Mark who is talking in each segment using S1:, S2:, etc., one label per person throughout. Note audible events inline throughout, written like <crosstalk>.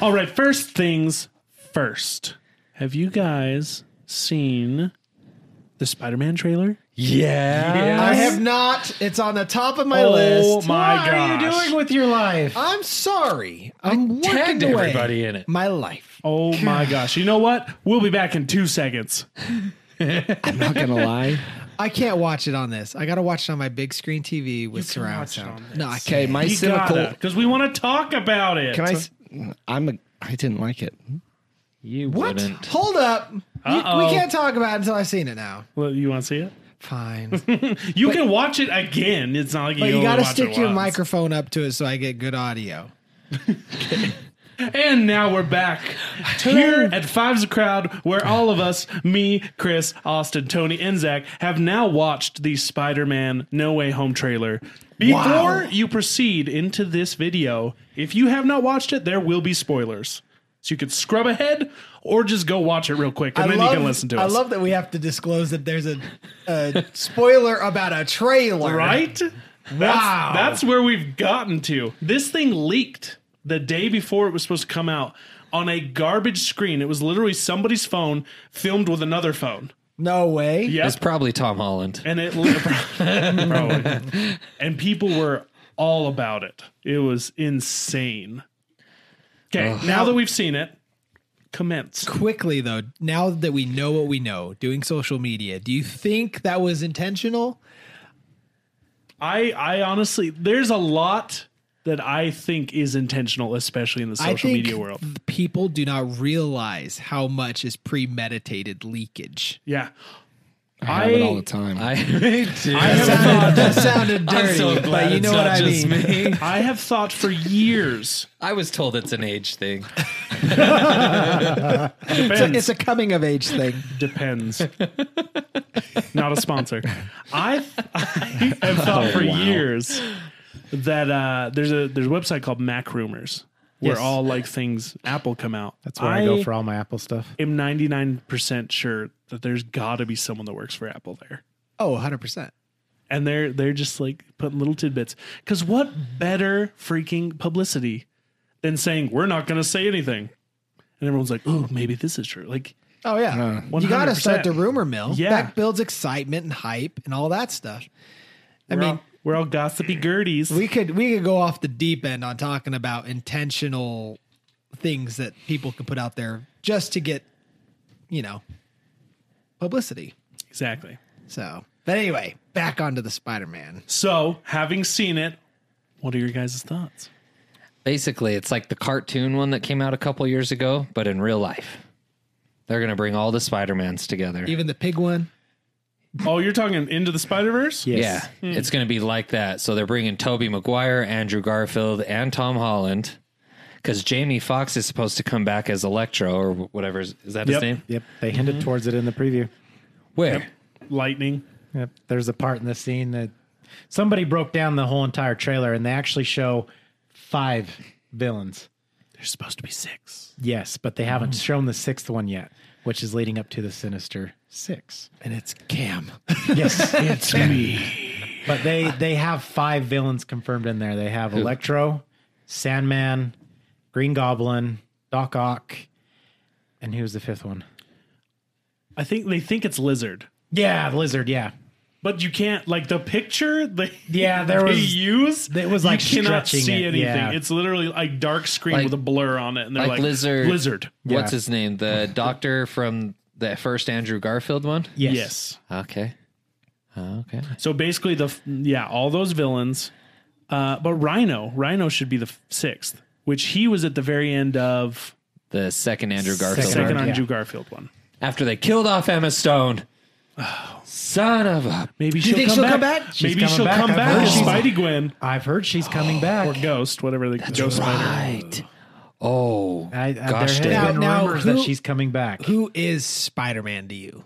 S1: All right, first things first. Have you guys seen the Spider-Man trailer?
S2: Yeah.
S3: I have not. It's on the top of my
S1: oh
S3: list.
S1: my
S4: what
S1: gosh!
S4: are you doing with your life?
S3: I'm sorry. I'm
S2: Tagged
S3: working away
S2: everybody in it.
S3: my life. <sighs>
S1: oh my gosh! You know what? We'll be back in two seconds.
S2: I'm not gonna lie.
S3: I can't watch it on this. I got to watch it on my big screen TV with surround
S1: watch it
S3: sound.
S1: on
S3: No, I
S2: Okay,
S3: can't.
S2: my
S1: You
S2: cynical.
S1: gotta, because we want to talk about it.
S2: Can I? s- I'm a. I didn't like it.
S4: You
S3: What?
S4: wouldn't.
S3: Hold up. You- we
S1: Uh-oh.
S3: can't talk about it until I've seen it now.
S1: Well, you want to see it?
S3: <laughs> Fine.
S1: You can watch it again. It's not like you,
S3: But you
S1: got to
S3: stick your
S1: once.
S3: microphone up to it so I get good audio.
S1: And now we're back here at Five's a Crowd, where all of us, me, Chris, Austin, Tony, and Zach, have now watched the Spider Man No Way Home trailer. Before you proceed into this video, if you have not watched it, there will be spoilers. So you could scrub ahead or just go watch it real quick and then you can listen to
S3: I
S1: us.
S3: love that we have to disclose that there's a, a <laughs> spoiler about a trailer.
S1: right? That's,
S3: Wow.
S1: That's where we've gotten to. This thing leaked the day before it was supposed to come out on a garbage screen. It was literally somebody's phone filmed with another phone.
S3: No way.
S1: Yeah.
S2: It's probably Tom Holland.
S1: And it
S2: <laughs>
S1: probably. and people were all about it. It was insane. Okay, now that we've seen it, commence.
S3: Quickly though, now that we know what we know, doing social media, do you think that was intentional?
S1: I I honestly there's a lot that I think is intentional, especially in the
S3: I
S1: social
S3: think
S1: media world.
S3: th- People do not realize how much is premeditated leakage.
S1: Yeah.
S2: I have it all the time. <laughs> I do.
S1: I have
S4: <laughs>
S3: Sounded-
S1: thought.
S3: that sounded dirty, but you know what I mean. <laughs>
S2: me.
S1: I have thought for years.
S2: I was told it's an age thing.
S3: It's a,
S1: Depends.
S3: it's a coming of age thing.
S1: depends.
S4: <laughs>
S1: Not a sponsor. I, I have thought
S4: Oh,
S1: for years that uh, there's a there's a website called Mac Rumors where
S4: Yes.
S1: all like things Apple come out.
S4: That's where I, go for all my Apple stuff.
S1: am 99% sure that there's got to be someone that works for Apple there.
S3: Oh, 100%.
S1: and they're they're just like putting little tidbits. Because what better freaking publicity than saying we're not going to say anything, and everyone's like, oh, maybe this is true. Like,
S3: Oh yeah, you got to
S1: 100%.
S3: start the rumor mill.
S1: Yeah.
S3: that builds excitement and hype and all that stuff. I
S1: we're
S3: mean,
S1: all, we're all gossipy girdies.
S3: we could we could go off the deep end on talking about intentional things that people can put out there just to get, you know, publicity.
S1: exactly.
S3: So, but anyway, back onto the Spider-Man.
S1: So, having seen it, what are your guys' thoughts?
S2: Basically, it's like the cartoon one that came out a couple years ago, but in real life. They're gonna bring all the Spider-Mans together.
S3: Even the pig one.
S1: Oh, you're talking into the Spider Verse?
S4: Yes.
S3: Hmm.
S2: Yeah, it's going to be like that. So they're bringing Toby Maguire, Andrew Garfield, and Tom Holland because Jamie Foxx is supposed to come back as Electro or wh- whatever. Is is that
S1: Yep.
S2: his name?
S4: Yep. They hinted towards it in the preview.
S2: Where?
S1: Lightning.
S4: Yep. There's a part in the scene that somebody broke down the whole entire trailer and they actually show five villains.
S1: There's supposed to be six.
S4: Yes, but they haven't shown the sixth one yet, which is leading up to the Sinister Six.
S3: And it's Cam.
S4: <laughs> Yes, <laughs> it's me. But they they have five villains confirmed in there. They have Electro, Sandman, Green Goblin, Doc Ock, and who's the fifth one?
S1: I think they think it's Lizard,
S4: Yeah, Lizard. Yeah,
S1: but you can't like the picture. <laughs> They
S4: Yeah, there
S1: they
S4: was-
S1: use.
S4: it was, like,
S1: you cannot
S4: stretching
S1: see
S4: it,
S1: anything.
S4: yeah.
S1: It's literally like dark screen
S2: Like-
S1: with a blur on it, and they're
S2: like
S1: like,
S2: lizard.
S1: Lizard.
S2: What's
S4: Yeah.
S2: his name? The doctor from the first Andrew Garfield one?
S4: yes,
S1: Yes.
S2: Okay. Okay.
S1: So basically, the f- yeah, all those villains, uh, but Rhino, Rhino should be the f- sixth, which he was at the very end of
S2: The second Andrew Garfield.
S4: Second
S1: second
S4: Garfield,
S1: Andrew Garfield one.
S2: After they killed off Emma Stone. Son of a.
S1: Maybe she'll,
S3: think
S1: come,
S3: she'll
S1: back.
S3: come back? She's
S1: Maybe
S4: coming
S1: she'll
S4: back.
S1: come
S4: I've
S1: back
S4: heard
S1: as
S4: she's-
S1: Spidey Gwen
S4: I've heard she's coming back.
S1: or Ghost, whatever the Ghost Spider.
S2: Right. Oh.
S4: I, I,
S2: Gosh,
S4: there
S2: David.
S4: have been
S3: Now- now
S4: rumors
S3: who-
S4: that she's coming back.
S3: Who is Spider-Man to you?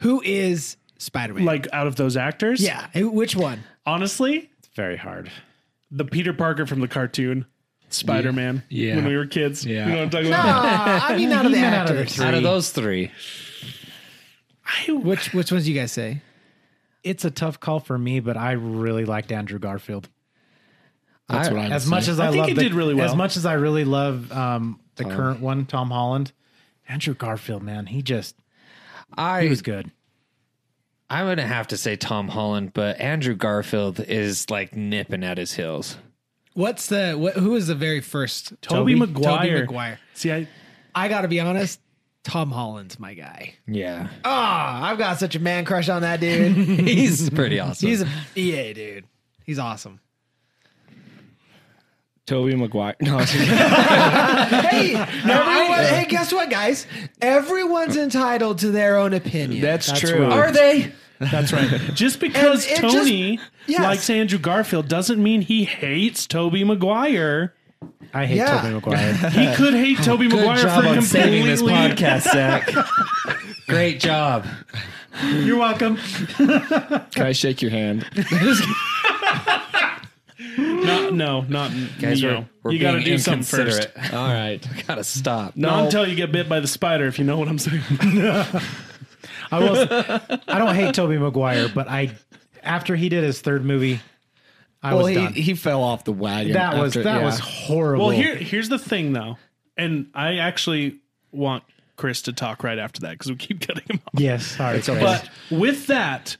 S3: Who is Spider-Man?
S1: Like out of those actors,
S3: yeah, who- which one?
S4: <laughs>
S1: Honestly,
S4: It's very hard.
S1: the Peter Parker from the cartoon Spider Man.
S2: Yeah.
S1: When we were kids,
S2: Yeah.
S1: You know what I'm talking about?
S3: Ah, I mean, out of the
S4: Uh, He meant out of the
S3: actors.
S4: three.
S2: Out of those three.
S3: Which which ones do you guys say?
S4: It's a tough call for me, but I really liked Andrew Garfield.
S5: That's what I'm
S4: As much as
S1: I
S4: I,
S1: think
S4: love
S1: it
S4: the-
S1: did really well.
S4: As much as I really love um, the current one, Tom Holland, Andrew Garfield, man, he just he
S2: I
S4: was good.
S2: I'm gonna have to say Tom Holland, but Andrew Garfield is like nipping at his heels.
S3: What's the what, who was the very first
S1: Toby,
S3: Toby
S1: Maguire.
S3: Maguire.
S1: See, I
S3: I gotta be honest, Tom Holland's my guy.
S2: Yeah,
S3: Ah, I've got such a man crush on that dude. he's
S2: it's pretty
S3: <laughs>
S2: awesome.
S3: he's a EA dude. He's awesome.
S5: Toby Maguire. No, I was-
S3: Hey, <laughs> everyone, hey, guess what, guys? Everyone's entitled to their own opinion.
S5: that's,
S4: That's
S5: true.
S4: right.
S3: Are they?
S1: that's right. Just because
S3: it just-
S1: Tony
S3: Yes.
S1: likes Andrew Garfield doesn't mean he hates Toby Maguire.
S4: I hate
S3: Yeah.
S4: Tobey Maguire.
S1: He
S2: <laughs>
S1: could hate Toby Maguire for <laughs> completely.
S2: Zach. Great job.
S4: You're welcome.
S5: Can I shake your hand?
S1: No, no, not
S2: Guys,
S1: you.
S2: we're,
S1: know.
S2: we're
S1: you got to
S2: being
S1: do something first.
S2: inconsiderate. <laughs>
S5: All <laughs> right.
S2: Gotta stop.
S1: Not until you get bit by the spider, if you know what I'm saying.
S4: I will. Say, I don't hate Toby Maguire, but I after he did his third movie, I
S5: Well,
S4: was
S5: he,
S4: done.
S5: he fell off the wagon.
S4: that was
S5: after-
S4: that
S5: yeah.
S4: was horrible.
S1: Well, here here's the thing though, and I actually want Chris to talk right after that because we keep cutting him off.
S4: yes, sorry, Chris.
S1: But with that,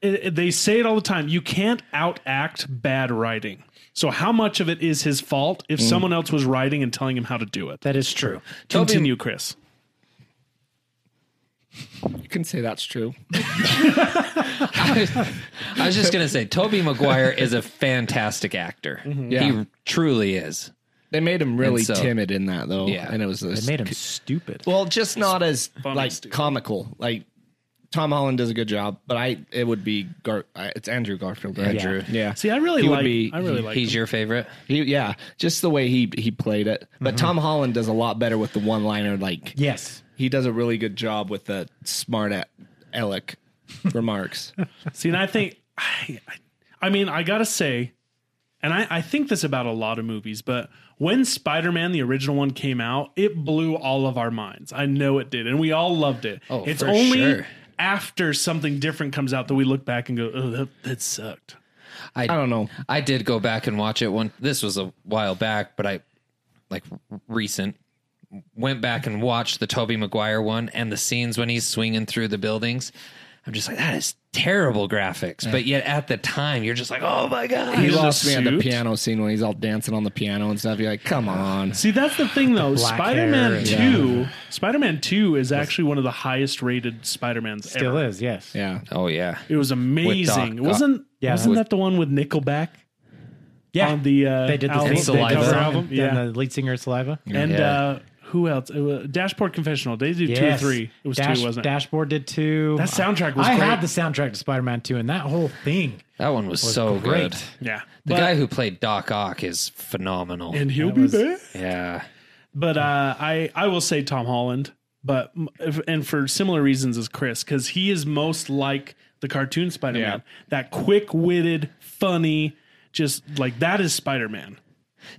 S1: it, it- they say it all the time. You can't outact bad writing. So how much of it is his fault
S5: Mm.
S1: if someone else was writing and telling him how to do it?
S4: that is true.
S1: Continue, Chris.
S5: You can say that's true.
S2: <laughs> I was just gonna say, Toby Maguire is a fantastic actor.
S5: Yeah.
S2: He truly is.
S5: They made him really
S2: And so-
S5: timid in that though.
S2: Yeah.
S5: And it was this
S4: It made him stupid.
S5: Well, just not as
S1: Funny,
S5: like
S1: stupid.
S5: comical. Like Tom Holland does a good job, but I it would be Gar- I- it's Andrew Garfield. Right?
S2: Andrew.
S5: Yeah. yeah.
S1: See, I really
S5: He would
S1: like.
S5: be-
S1: I really like.
S2: He's your favorite.
S5: He- yeah, just the way he he played it. But Tom Holland does a lot better with the one liner. Like
S4: yes,
S5: he does a really good job with the smart at Alec remarks.
S1: See, and I think, I, I, I mean, I gotta say, and I, I think this about a lot of movies, but when Spider Man, the original one, came out, it blew all of our minds. I know it did, and we all loved it.
S2: Oh,
S1: it's
S2: for
S1: only
S2: sure.
S1: after something different comes out that we look back and go, oh, that, that sucked.
S2: I,
S5: I don't know.
S2: I did go back and watch it one. This was a while back, but I like recent went back and watched the Toby Maguire one and the scenes when he's swinging through the buildings. I'm just like that is terrible graphics, but yet at the time you're just like, oh my god,
S5: He
S1: in a
S5: lost me on the
S1: suit?
S5: piano scene when he's all dancing on the piano and stuff. You're like, come on.
S1: See, that's the thing though.
S4: black
S1: Spider Man
S4: hair.
S1: Two, Spider Man Two is actually one of the highest rated Spider Mans
S4: still
S1: ever.
S4: is. Yes,
S5: Yeah.
S2: oh yeah,
S1: It was amazing.
S2: Doc-
S1: wasn't
S4: Yeah.
S1: wasn't
S4: With-
S1: that the one with Nickelback
S4: yeah.
S1: on the uh,
S4: they did the,
S1: album,
S4: they
S1: the
S4: did the
S2: Saliva.
S1: cover
S4: song
S1: album?
S4: and the lead singer of Saliva.
S1: And
S2: Yeah.
S1: uh, who else? It was Dashboard Confessional. They did two or
S4: Yes.
S1: three. It was
S4: Dash-
S1: two, wasn't it?
S4: Dashboard did two.
S1: That soundtrack was
S4: I
S1: great.
S4: had the soundtrack to Spider Man 2, and that whole thing.
S2: that one was, so
S4: great.
S2: good.
S1: yeah.
S2: The
S1: But-
S2: guy who played Doc Ock is phenomenal.
S1: and he'll be there.
S2: yeah,
S1: But uh, I I will say Tom Holland, but m- if- and for similar reasons as Chris, because he is most like the cartoon Spider Man. That quick witted, funny, just like that is Spider Man.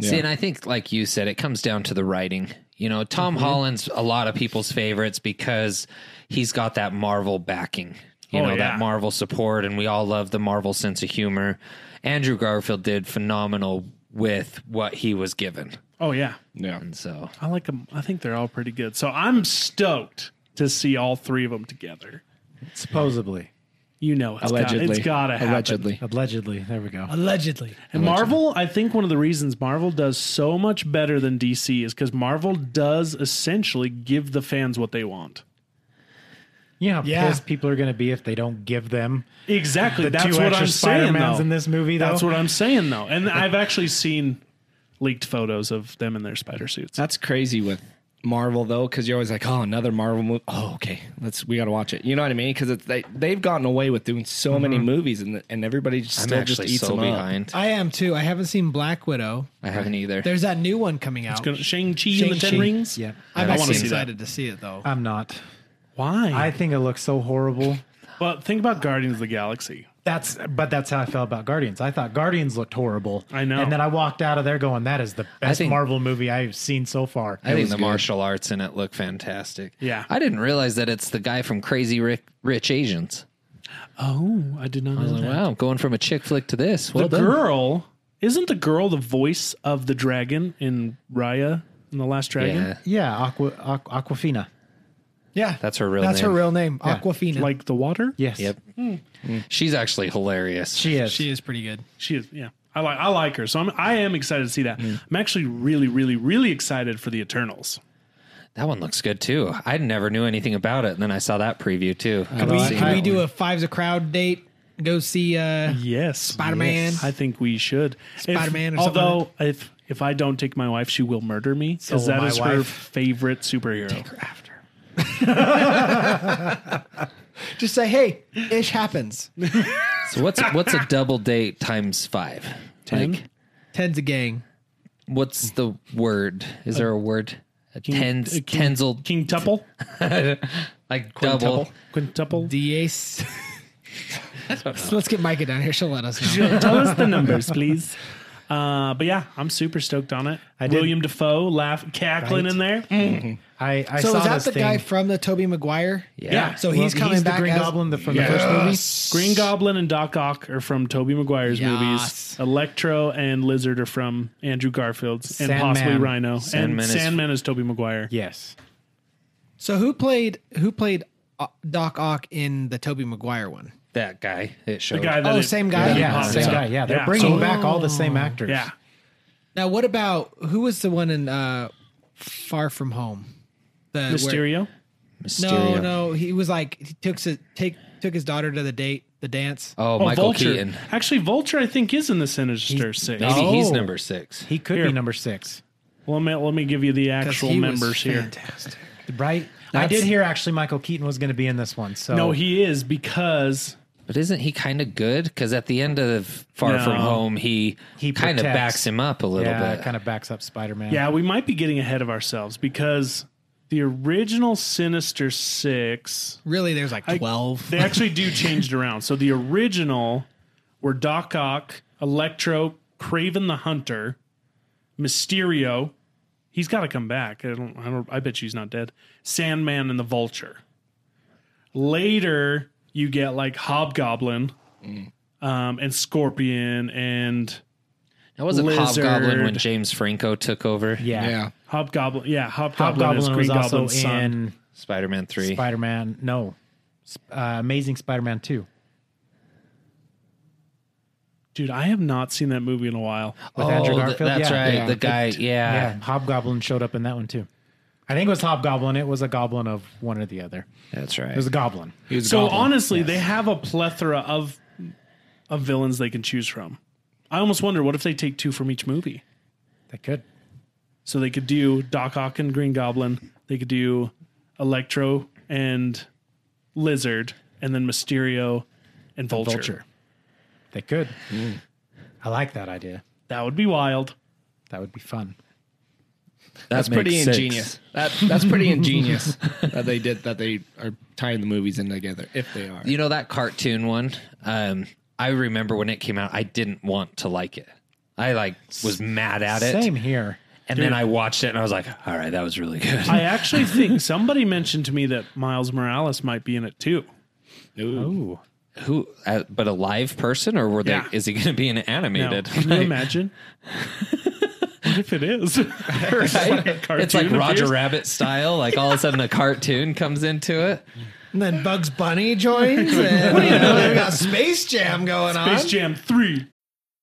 S2: See, and I think, like you said, it comes down to the writing. You know, Tom Holland's a lot of people's favorites because he's got that Marvel backing, you
S1: Oh,
S2: know,
S1: yeah.
S2: that Marvel support, and we all love the Marvel sense of humor. Andrew Garfield did phenomenal with what he was given.
S1: Oh yeah,
S5: Yeah.
S2: And so,
S1: I like them. I think they're all pretty good. So I'm stoked to see all three of them together.
S4: Supposedly.
S1: You know, it's
S5: Allegedly.
S1: got, it's gotta happen.
S5: Allegedly.
S4: Allegedly. There we go.
S3: Allegedly.
S1: And Marvel, I think one of the reasons Marvel does so much better than DC is because Marvel does essentially give the fans what they want.
S4: You know how
S3: Yeah.
S4: pissed people are going to be if they don't give them
S1: Exactly. That's
S4: two
S1: what
S4: extra
S1: I'm saying.
S4: Spider-Mans
S1: Though.
S4: in this movie, though.
S1: That's what I'm saying, though. And I've actually seen leaked photos of them in their spider suits.
S5: That's crazy with Marvel though, because you're always like, oh, another Marvel movie. Oh, okay, let's we got to watch it. You know what I mean? Because they they've gotten away with doing so many movies, and and everybody just
S2: I'm
S5: still
S2: actually
S5: just eats
S2: so
S5: them up.
S2: behind.
S3: I am too. I haven't seen Black Widow.
S2: I haven't either.
S3: There's that new one coming out.
S1: Shang Chi and the Ten
S3: Shang-Chi.
S1: Rings.
S4: Yeah.
S3: I'm
S1: I wanna
S3: actually
S1: see that.
S3: excited to see it though.
S4: I'm not.
S1: Why?
S4: I think it looks so horrible.
S1: well, think about Guardians of the Galaxy.
S4: That's but that's how I felt about Guardians. I thought Guardians looked horrible.
S1: I know.
S4: And then I walked out of there going, that is the best
S2: think-
S4: Marvel movie I've seen so far.
S2: I think the
S5: good.
S2: martial arts in it look fantastic.
S1: Yeah.
S2: I didn't realize that it's the guy from Crazy Rich, Rich Asians.
S1: Oh, I did not know
S2: Wow, going from a chick flick to this.
S1: The
S2: Well done.
S1: girl Isn't the girl the voice of the dragon in Raya in the Last Dragon?
S2: Yeah,
S4: Yeah, Aqua, Aqu- Aquafina.
S3: Yeah,
S2: that's her real
S3: that's
S2: name.
S3: her real name, Aquafina.
S1: Like the water?
S4: Yes.
S2: Yep. She's actually hilarious.
S4: She is.
S3: she is pretty good.
S1: She is. Yeah. I like I like her. So I'm I am excited to see that. I'm actually really really really excited for the Eternals.
S2: that one looks good too. I never knew anything about it, and then I saw that preview too.
S4: I
S3: We,
S4: like
S3: can
S4: that
S3: we do
S4: one.
S3: a fives a crowd date? Go see. uh
S1: Yes.
S3: Spider-Man.
S1: Yes. I think we should. If-
S3: Spider-Man or something
S1: although if if I don't take my wife, she will murder me
S4: So
S1: because
S4: will
S1: that
S4: my
S1: is her
S4: wife.
S1: favorite superhero.
S3: Just say, hey, ish happens.
S2: So what's what's a double date times five?
S1: Ten?
S2: Like,
S3: Tens a gang.
S2: what's the word? Is there a word? A tens,
S1: a king-
S2: tensel,
S1: King Tuple?
S2: like double.
S1: Quintuple?
S3: Dace. so <laughs> let's get Micah down here. She'll let us
S1: <laughs>
S3: know.
S1: Tell us the numbers, please. Uh, but yeah, I'm super stoked on it.
S4: did-
S1: William Defoe laugh cackling
S4: Right.
S1: in there.
S4: I, I
S3: So
S4: saw
S3: is that
S4: this
S3: the
S4: thing.
S3: guy from the Toby Maguire?
S1: Yeah.
S3: So
S4: Well,
S3: he's coming back
S4: the Green
S3: as
S4: Goblin the, from
S1: Yes.
S4: the first movie.
S1: Green Goblin and Doc Ock are from Toby Maguire's
S3: Yas.
S1: movies. Electro and Lizard are from Andrew Garfield's and
S4: Sandman.
S1: possibly Rhino.
S2: Sandman
S1: and
S2: is-
S1: Sandman is Toby Maguire.
S4: Yes.
S3: So who played who played O- Doc Ock in the Toby Maguire one?
S2: That guy. It showed.
S1: The guy that
S3: Oh,
S1: it-
S3: same guy?
S4: Yeah,
S1: Yeah.
S4: same
S1: Yeah.
S4: guy. Yeah, they're
S1: Yeah.
S4: bringing
S1: So-
S4: back all the same actors.
S1: Yeah.
S3: Now what about who was the one in uh Far From Home? The where-
S1: Mysterio.
S2: Mysterio.
S3: no, no, he was like he took his take took his daughter to the date, the dance.
S2: Oh,
S1: Oh,
S2: Michael
S1: Vulture.
S2: Keaton.
S1: Actually, Vulture, I think, is in the Sinister Six.
S2: Maybe he's
S4: Oh.
S2: number six.
S4: He could
S1: Here.
S4: be number six,
S1: Let me let me give you the
S3: 'Cause
S1: actual
S3: he was
S1: members here.
S3: fantastic.
S4: right? I did hear actually Michael Keaton was going to be in this one. So
S1: No, he is because
S2: But isn't he kind of good? Because at the end of Far
S1: No.
S2: From Home, he,
S4: He
S2: kind of
S4: protects.
S2: backs him up a little
S4: yeah,
S2: bit.
S4: kind of backs up Spider Man.
S1: yeah, we might be getting ahead of ourselves because the original Sinister Six
S3: Really, there's like twelve.
S1: they actually do change it around. So the original were Doc Ock, Electro, Craven the Hunter, Mysterio. He's got to come back. I don't, I don't. I bet you he's not dead. Sandman and the Vulture. Later, you get like Hobgoblin, um, and Scorpion, and
S2: That wasn't
S1: Lizard.
S2: Hobgoblin when James Franco took over.
S4: yeah.
S5: Yeah.
S1: Hobgoblin. Yeah, Hobgoblin,
S4: Hobgoblin
S1: is Green
S4: was also
S1: Goblin's son.
S4: in
S2: Spider Man 3.
S4: Spider Man. No, Sp- uh, Amazing Spider Man Two.
S1: Dude, I have not seen that movie in a while.
S4: with
S2: oh,
S4: Andrew
S2: th-
S4: Garfield.
S2: that's
S4: Yeah.
S2: right.
S4: Yeah.
S2: The guy, yeah.
S4: Yeah, Hobgoblin showed up in that one too. I think it was Hobgoblin. It was a goblin of one or the other.
S2: That's
S4: It was
S2: right.
S4: a goblin.
S5: He was a
S1: So
S5: goblin.
S1: honestly, they have a plethora of of villains they can choose from. I almost wonder what if they take two from each movie.
S4: They could.
S1: So they could do Doc Ock and Green Goblin. They could do Electro and Lizard, and then Mysterio and Vulture.
S4: Vulture. They could. I like that idea.
S1: That would be wild.
S4: That would be fun.
S5: That's
S2: That makes
S5: pretty
S2: six.
S5: ingenious. That that's pretty ingenious <laughs> that they did that they are tying the movies in together if they are.
S2: You know that cartoon one? Um, I remember when it came out, I didn't want to like it. I like was mad at it.
S4: Same here.
S2: And then I watched it and I was like, all right, that was really good.
S1: I actually think somebody mentioned to me that Miles Morales might be in it too.
S4: Ooh.
S2: Who, uh, but a live person or were they,
S1: Yeah.
S2: is he going to be an
S1: Now,
S2: animated?
S1: can you
S2: <laughs>
S1: imagine? what if it is?
S2: It's like Roger
S1: Rabbit.
S2: Rabbit style. Like all of a sudden a cartoon comes into it.
S3: and then Bugs Bunny joins,
S1: <laughs>
S3: and you know, they got Space Jam going on.
S1: Space Jam 3.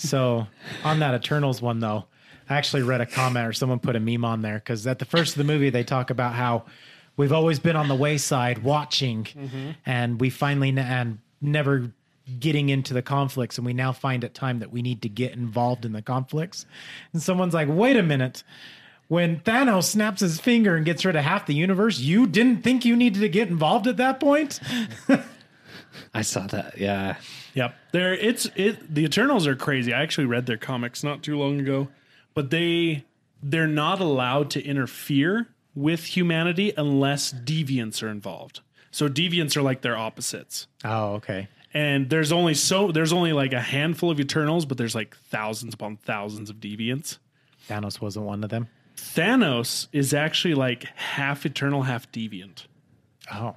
S4: So on that Eternals one though, I actually read a comment or someone put a meme on there because at the first of the movie they talk about how we've always been on the wayside watching, and we finally n- and never getting into the conflicts, and we now find at time that we need to get involved in the conflicts. And someone's like, "Wait a minute." When Thanos snaps his finger and gets rid of half the universe, you didn't think you needed to get involved at that point?
S2: I saw that. Yeah.
S1: Yep. There it's it the Eternals are crazy. I actually read their comics not too long ago, but they they're not allowed to interfere with humanity unless deviants are involved. So deviants are like their opposites.
S4: Oh, okay.
S1: And there's only so there's only like a handful of Eternals, but there's like thousands upon thousands of deviants.
S4: Thanos wasn't one of them.
S1: Thanos is actually like half eternal, half deviant.
S4: Oh,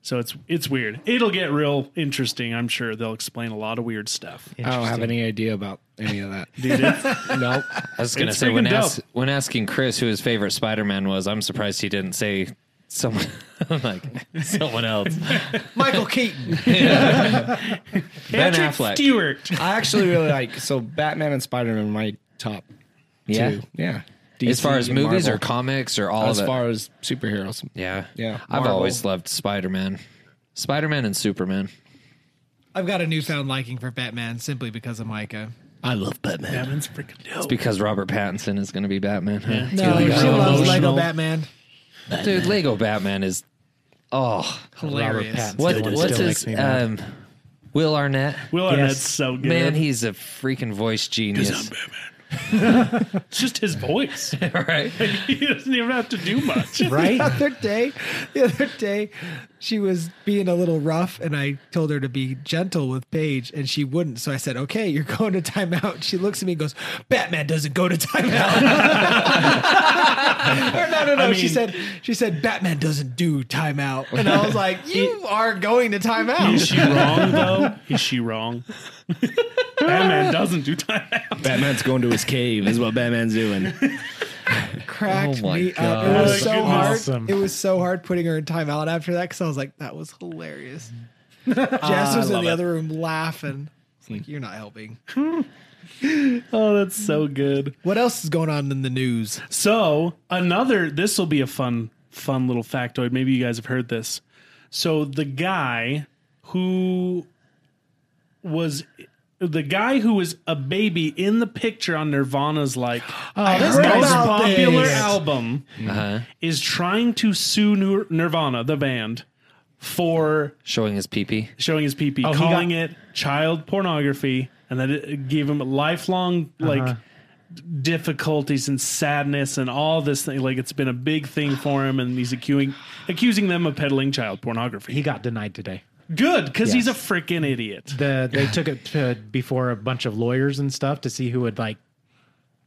S1: So it's it's weird. It'll get real interesting, I'm sure. They'll explain a lot of weird stuff.
S5: I don't have any idea about any of that.
S1: Dude, it's-
S5: nope.
S2: I was gonna
S1: It's
S2: say when
S1: freaking
S2: ask,
S1: dope.
S2: when asking Chris who his favorite Spider Man was, I'm surprised he didn't say someone <laughs> like someone else.
S3: Michael Keaton.
S2: ben
S1: Patrick
S2: Affleck.
S1: Stewart.
S5: I actually really like so Batman and Spider Man. My top
S2: yeah.
S5: two. Yeah.
S2: As far as movies or
S5: comics,
S2: comics or all
S5: as
S2: of it.
S5: far as superheroes,
S2: yeah.
S5: Yeah.
S2: I've
S5: Marvel.
S2: always loved Spider Man. Spider Man and Superman.
S3: I've got a newfound liking for Batman simply because of Micah.
S5: I love Batman. <laughs>
S1: Batman's freaking dope.
S2: Because Robert Pattinson is gonna be Batman. huh?
S3: No, she loves Lego
S1: emotional.
S3: Batman.
S2: Dude, Lego Batman is oh
S3: Hilarious.
S4: Pattinson.
S2: what
S4: Still- it
S2: what's
S4: still
S2: his
S4: makes me mad.
S2: um Will Arnett?
S1: Will Arnett's
S4: Yes.
S1: so good.
S2: Man, he's a freaking voice genius.
S1: it's just his <laughs> voice.
S2: <laughs> right?
S1: he doesn't even have to do much.
S3: <laughs> The
S4: right? <laughs>
S3: other day, the other day, she was being a little rough, and I told her to be gentle with Paige, and she wouldn't. So I said, "Okay, you're <laughs> going to timeout." She looks at me and goes, "Batman doesn't go to timeout." or no, no, no.
S1: I
S3: she
S1: mean-
S3: said, "She said Batman doesn't do timeout," and I was like, "You are going to timeout."
S1: Is <laughs> she wrong though? Is she wrong? <laughs> Batman doesn't do time.
S5: Batman's going to his cave. Is what Batman's doing.
S3: cracked
S2: Oh my
S3: me up.
S2: God.
S3: It
S1: That
S3: was so
S1: was
S3: hard.
S4: awesome.
S3: It was so hard putting her in timeout after that because I was like, that was hilarious. Jess was in the other room laughing. It's like you're not helping.
S1: Oh, that's so good.
S3: What else is going on in the news?
S1: So another. This will be a fun, fun little factoid. Maybe you guys have heard this. So the guy who was the guy who was a baby in the picture on Nirvana's
S3: <gasps>
S1: like most
S3: about
S1: popular
S3: this.
S1: album
S2: Uh-huh.
S1: is trying to sue Nir- Nirvana, the band, for
S2: Showing his PP.
S1: showing his PP,
S4: Oh, he
S1: calling it child pornography, and that it gave him lifelong
S4: Uh-huh.
S1: like difficulties and sadness and all this thing. Like it's been a big thing for him, and he's accusing accusing them of peddling child pornography.
S4: He got denied today.
S1: Good, because he's a freaking idiot.
S4: The they took it to, before a bunch of lawyers and stuff to see who would like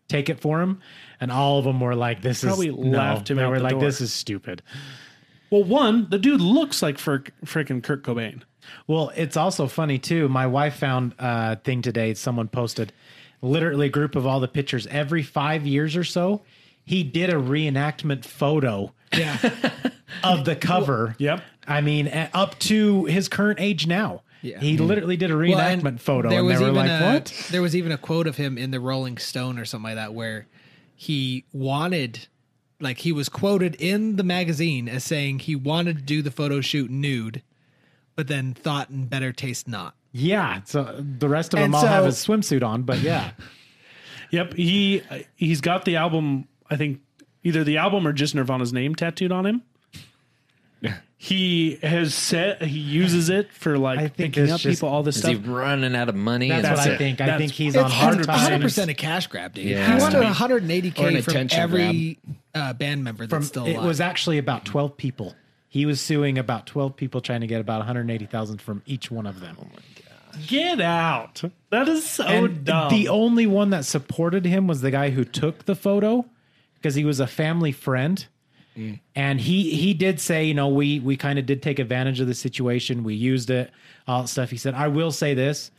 S4: take it for him, and all of them were like, "This
S1: Probably
S4: is
S1: laughed him
S4: They
S1: out
S4: were
S1: the
S4: like,
S1: door.
S4: "This is stupid."
S1: Well, one, the dude looks like fr- freaking Kurt Cobain.
S4: Well, it's also funny too. My wife found a thing today. Someone posted literally a group of all the pictures. Every five years or so, he did a reenactment photo
S3: Yeah,
S4: <laughs> of the cover.
S1: Yep.
S4: I mean, a- up to his current age now.
S3: Yeah.
S4: He
S1: Mm-hmm.
S4: literally did a reenactment photo, and they were like,
S3: a,
S4: "What?"
S3: There was even a quote of him in the Rolling Stone or something like that where he wanted, like, he was quoted in the magazine as saying he wanted to do the photo shoot nude, but then thought in better taste not.
S4: Yeah. So the rest of them
S3: And
S4: all have
S3: so-
S4: his swimsuit on, but
S3: <laughs>
S4: yeah,
S1: Yep, he he's got the album. I think either the album or just Nirvana's name tattooed on him. He has said he uses it for like
S4: I think
S1: picking
S4: it's
S1: up
S4: just-
S1: people. All this
S2: Is
S1: stuff.
S2: he running out of money?
S4: that's,
S2: and
S4: what I
S1: it.
S4: think. I
S1: That's-
S4: think he's
S3: It's
S4: on hard
S3: 100%,
S4: times.
S3: a cash grab, dude.
S2: Yeah.
S3: He wanted
S2: Yeah.
S3: 180K
S5: Or an
S3: from
S5: attention
S3: every uh, band member that's
S4: From
S3: still
S4: it
S3: alive.
S4: was actually about twelve people. He was suing about twelve people, trying to get about one hundred eighty thousand from each one of them.
S1: Get out! That is so
S3: Oh,
S4: and
S1: dumb.
S4: the only one that supported him was the guy who took the photo because he was a family friend.
S3: Mm.
S4: And he he did say, you know, we we kind of did take advantage of the situation. We used it, all that stuff. He said, I will say this: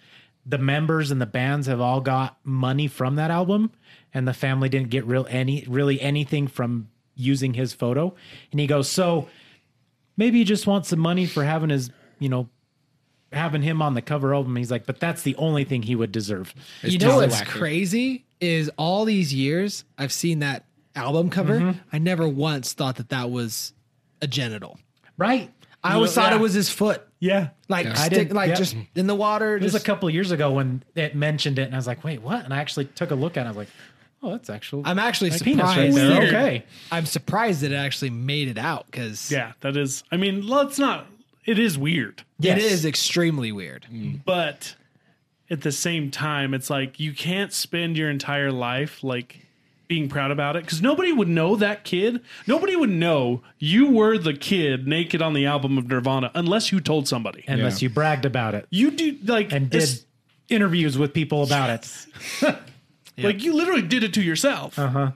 S4: the members and the bands have all got money from that album, and the family didn't get real any really anything from using his photo. And he goes, so maybe he just wants some money for having his, you know, having him on the cover album. He's like, but that's the only thing he would deserve.
S3: you know what's crazy is all these years I've seen that album cover. I never once thought that that was a genital.
S4: Right.
S3: I
S4: You
S3: always
S4: know,
S3: thought
S4: yeah.
S3: it was his foot,
S1: yeah,
S3: like
S4: I
S3: stick,
S4: didn't-
S3: like
S4: yeah.
S3: just in the water.
S4: It was
S3: Just
S4: a couple years ago when it mentioned it, and I was like, "Wait, what?" And I actually took a look at. it. I was like, "Oh, that's actual."
S3: I'm actually
S4: like
S3: surprised.
S4: penis right there.
S1: Weird.
S4: Okay,
S3: I'm surprised that it actually made it out because
S1: yeah. That is. I mean, let's not. it is weird,
S3: It is extremely weird.
S1: but at the same time, it's like you can't spend your entire life like being proud about it because nobody would know that kid. Nobody would know you were the kid naked on the album of Nirvana unless you told somebody. And
S4: unless you bragged about it
S1: you do like
S4: and did
S1: it's-
S4: interviews with people about it.
S1: like you literally did it to yourself. Uh
S4: Uh-huh.
S1: huh.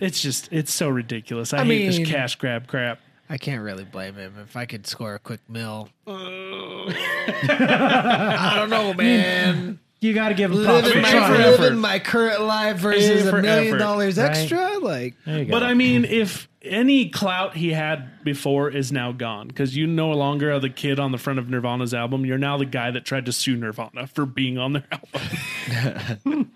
S1: It's just it's so ridiculous. I, hate
S3: mean-
S1: this cash grab crap.
S3: I can't really blame him. If I could score a quick <laughs> mill, I don't know, man.
S4: You got to give them props
S3: Mm. living,
S4: for
S1: mean,
S3: my,
S1: for
S4: trying.
S1: effort.
S3: living my current life versus
S1: For
S3: a million
S1: effort,
S3: dollars
S4: right?
S3: extra, like
S4: There you go.
S1: But I mean, if any clout he had before is now gone, because you no longer are the kid on the front of Nirvana's album, you're now the guy that tried to sue Nirvana for being on their <laughs> album.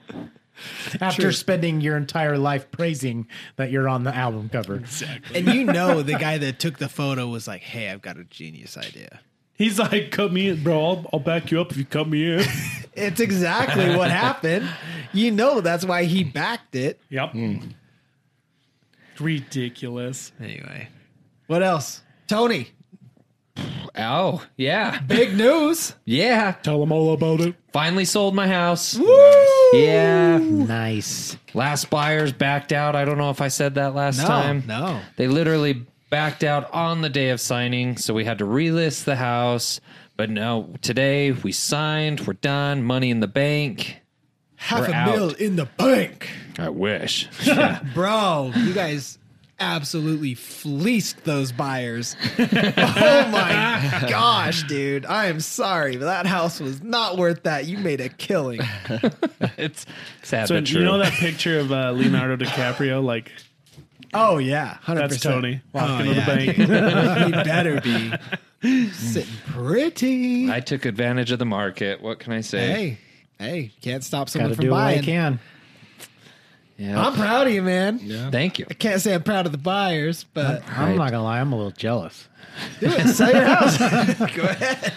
S4: after spending your entire life praising that you're on the album cover, exactly.
S3: And you know the guy that took the photo was like, "Hey, I've got a genius idea."
S1: He's like, "Cut me in, bro. I'll, I'll back you up if you cut me in." <laughs>
S3: It's exactly what happened. You know that's why he backed it.
S1: yep. Ridiculous.
S3: Anyway, what else? Tony,
S2: Oh, yeah.
S1: <laughs>
S3: big news.
S2: Yeah.
S1: Tell him all about it.
S2: Finally sold my house.
S3: Woo!
S2: Yeah.
S4: nice.
S2: Last buyers backed out. I don't know if I said that last
S3: No,
S2: time.
S3: no.
S2: They literally backed out on the day of signing, so we had to relist the house. But no, today we signed, we're done, money in the bank.
S3: Half
S2: We're
S3: a mil
S2: out.
S3: in the bank,
S2: I wish.
S3: bro. You guys absolutely fleeced those buyers. <laughs> oh my gosh, dude! I am sorry, but that house was not worth that. You made a killing.
S2: <laughs> it's sad
S1: So
S2: but true.
S1: you know that picture of uh, Leonardo DiCaprio, like
S3: Oh yeah, 100%.
S1: that's Tony walking
S3: Oh,
S1: to
S3: <laughs> yeah,
S1: the
S3: dude.
S1: bank.
S3: he better be sitting pretty.
S2: I took advantage of the market. What can I say?
S3: Hey, hey, can't stop
S4: Got
S3: someone
S4: to
S3: from
S4: do what I
S3: buying.
S4: can.
S2: Yeah.
S3: I'm proud of you, man.
S2: Thank you.
S3: I can't say I'm proud of the buyers, but
S4: I'm not gonna lie, I'm a little jealous.
S3: do it. Sell your
S4: <laughs>
S3: house. Go ahead.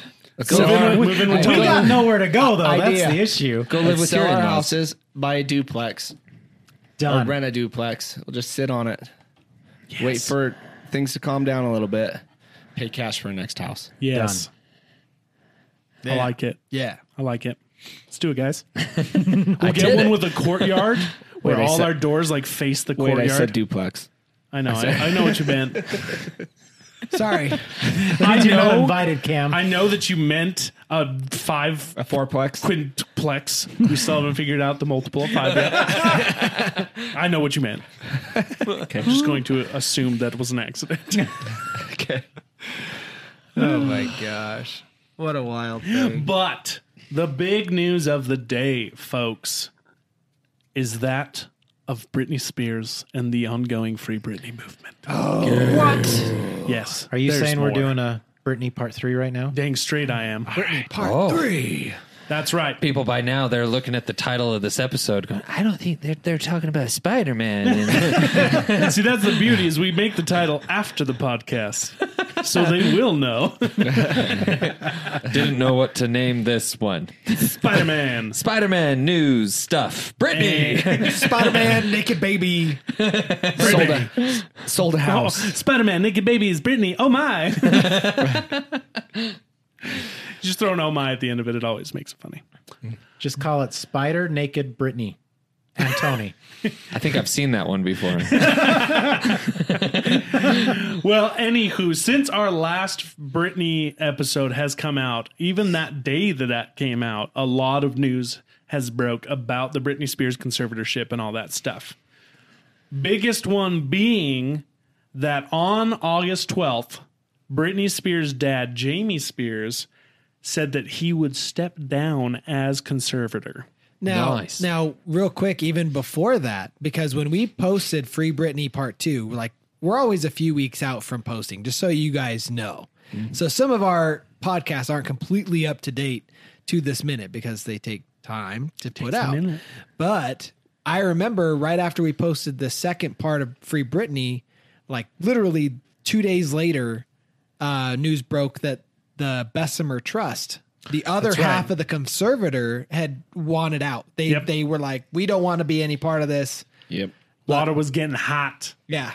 S5: Go
S1: Move in with- move in with
S4: We
S1: Tony.
S4: got nowhere to go though.
S5: Idea.
S4: That's the issue.
S2: Go live with
S5: sell
S2: your
S5: our
S2: in-laws.
S5: houses, buy a duplex, or
S4: Done.
S5: rent a duplex. We'll just sit on it, wait for things to calm down a little bit, pay cash for our next house.
S1: Yes, I like it.
S3: Yeah.
S1: I like it. Let's do it,
S5: <laughs>
S1: guys.
S5: I
S1: We'll get
S5: did
S1: one
S5: it.
S1: with a
S5: <laughs>
S1: courtyard where
S5: Wait, I
S1: all
S5: said-
S1: our doors like face the
S5: Wait,
S1: courtyard.
S5: I said duplex.
S1: I know. I, I know what
S5: <laughs>
S1: you meant.
S3: Sorry.
S1: I
S4: You're not
S1: know.
S4: invited, Cam.
S1: I know that you meant a five
S5: A fourplex.
S4: <laughs>
S1: quintplex. We still haven't figured out the multiple of five yet.
S5: <laughs>
S1: I know what you meant. I'm just going to assume that was an accident.
S5: <laughs>
S3: oh
S4: <sighs>
S3: my gosh. What a wild thing.
S1: But the big news of the day, folks, is that of Britney Spears and the ongoing Free Britney movement. Oh, what? Yes.
S4: Are you
S1: there's
S4: saying we're
S1: more.
S4: doing a Britney part three right now?
S1: <laughs> Dang straight I am.
S3: Part
S2: Oh.
S3: three.
S1: That's right.
S2: People by now they're looking at the title of this episode, going, "I don't think they're they're talking about
S3: <laughs>
S2: Spider Man."
S1: <laughs> See, that's the beauty is we make the title after the podcast, so they will know <laughs>
S2: Didn't know what to name this one.
S1: Spider Man.
S2: Spider Man news stuff. Brittany.
S3: <laughs> Spider Man, naked baby.
S5: sold a sold a
S1: Oh,
S5: house.
S1: Spider Man, naked baby is Brittany. Oh my! <laughs> Just throwing "oh my" at the end of it. It always makes it funny.
S4: Just call it Spider Naked Britney and
S1: <laughs>
S4: Tony.
S2: I think I've seen that one <laughs> before.
S1: Well, anywho, since our last Britney episode has come out, even that day that that came out, a lot of news has broke about the Britney Spears conservatorship and all that stuff. Biggest one being that on August 12th, Britney Spears' dad, Jamie Spears, said that he would step down as conservator.
S3: Now,
S2: Nice.
S3: now, real quick, even before that, because when we posted Free Britney Part Two, we're like we're always a few weeks out from posting, just so you guys know. So some of our podcasts aren't completely up to date to this minute because they take time to put out. But I remember right after we posted the second part of Free Britney, like literally two days later, uh, news broke that the Bessemer Trust, the other half of the conservator, had wanted out. They
S1: Yep.
S3: they were like, we don't want to be any part of this.
S5: Yep.
S1: Water was getting hot.
S3: Yeah.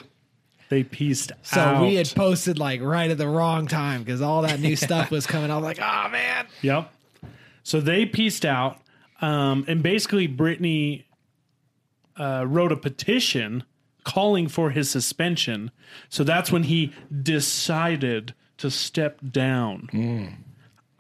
S1: They pieced
S3: So
S1: out.
S3: we had posted like right at the wrong time because all
S1: <laughs>
S3: that new stuff was coming. I was like, oh man.
S1: Yep. So they pieced out, um, and basically Brittany uh, wrote a petition calling for his suspension. So that's when he decided to step down.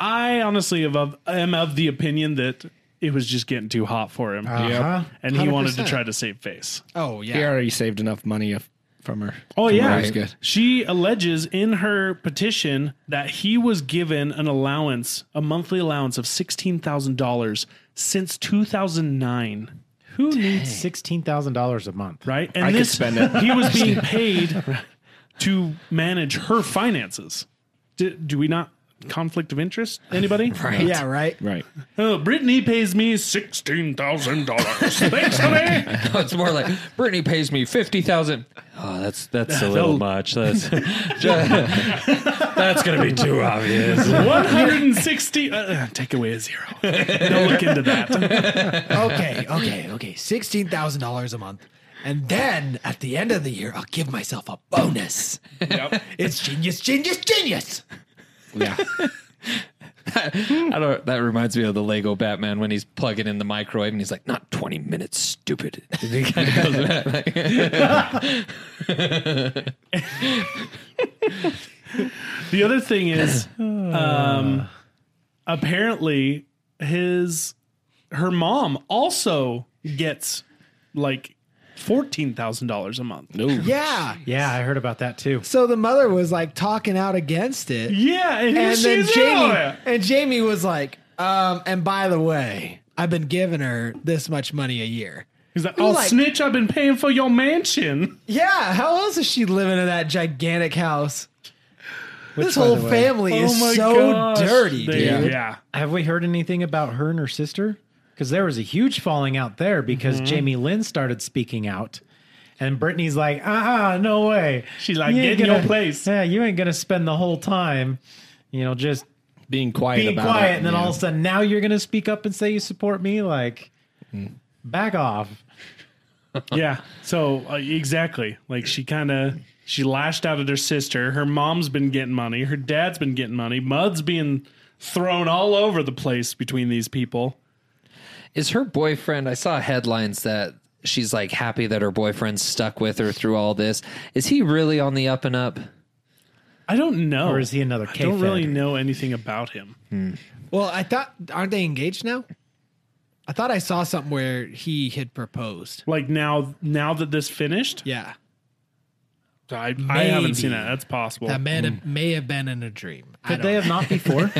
S1: I honestly am of, am of the opinion that it was just getting too hot for him,
S4: Uh-huh.
S1: and he wanted to
S3: 100%.
S1: try to save face.
S3: Oh
S5: He
S3: yeah.
S5: already saved enough money of- from her.
S1: Oh
S5: From
S1: yeah,
S5: her, he's good.
S1: She alleges in her petition that he was given an allowance, a monthly allowance of sixteen thousand dollars since two thousand nine.
S4: Who needs sixteen thousand dollars a month?
S1: Right, and
S5: I could
S1: this
S5: spend it.
S1: he
S5: <laughs>
S1: was being paid to manage her finances. Do, do we not conflict of interest? Anybody?
S2: Right.
S3: Yeah, right.
S5: <laughs>
S4: <laughs>
S5: Right.
S1: Oh, Brittany pays me sixteen thousand dollars. Thanks,
S5: <laughs>
S1: honey.
S2: No, it's more like Brittany pays me fifty thousand. Oh, that's that's a little much. <laughs> That's that's gonna be too obvious.
S1: One hundred and sixty. Uh, take away a zero. Don't look into that.
S3: Okay, okay, okay. Sixteen thousand dollars a month. And then at the end of the year, I'll give myself a bonus. <laughs> It's genius, genius, genius.
S5: Yeah.
S2: I don't. That reminds me of the Lego Batman when he's plugging in the microwave and he's like, "Not twenty minutes, stupid." And he kinda goes back, like-
S1: The other thing is, <sighs> um, apparently his her mom also gets like fourteen thousand dollars a month.
S3: Yeah.
S4: Yeah, I heard about that too.
S3: So the mother was like talking out against it.
S1: Yeah, and, here
S3: and then
S1: she's
S3: Jamie
S1: out.
S3: and Jamie was like, um, and by the way, I've been giving her this much money a year.
S1: He's like,
S3: You're
S1: "I'll
S3: like-
S1: snitch. I've been paying for your mansion."
S3: Yeah, how else is she living in that gigantic house? this
S4: by
S3: whole
S4: the way-
S3: family is so
S1: Oh gosh.
S3: dirty,
S1: They-
S3: dude.
S1: Yeah,
S4: Have we heard anything about her and her sister? Because there was a huge falling out there because
S1: Mm-hmm.
S4: Jamie Lynn started speaking out. And Brittany's like, uh uh no way.
S1: She's like,
S4: You
S1: "Get
S4: ain't
S1: in
S4: gonna-
S1: your place."
S4: Yeah, you ain't going to spend the whole time, you know, just
S5: <laughs> Being quiet
S4: being
S5: about
S4: quiet.
S5: it.
S4: and then all of a sudden, now you're going to speak up and say you support me. Like,
S1: Mm.
S4: back off.
S1: yeah. So uh, exactly, like she kind of she lashed out at her sister. Her mom's been getting money. Her dad's been getting money. Mud's being thrown all over the place between these people.
S2: Is her boyfriend? I saw headlines that she's like happy that her boyfriend stuck with her through all this. Is he really on the up and up?
S1: I don't know.
S4: Or is he another
S1: I don't
S4: K-Fed?
S1: really know anything about him.
S3: Well, I thought aren't they engaged now? I thought I saw something where he had proposed.
S1: Like now, now that this finished,
S3: Yeah.
S1: I, I haven't
S3: Maybe.
S1: seen that. That's possible.
S3: That may have, may have been in a dream. I
S4: mm. Could
S3: don't
S4: they
S1: <laughs>
S4: have not before?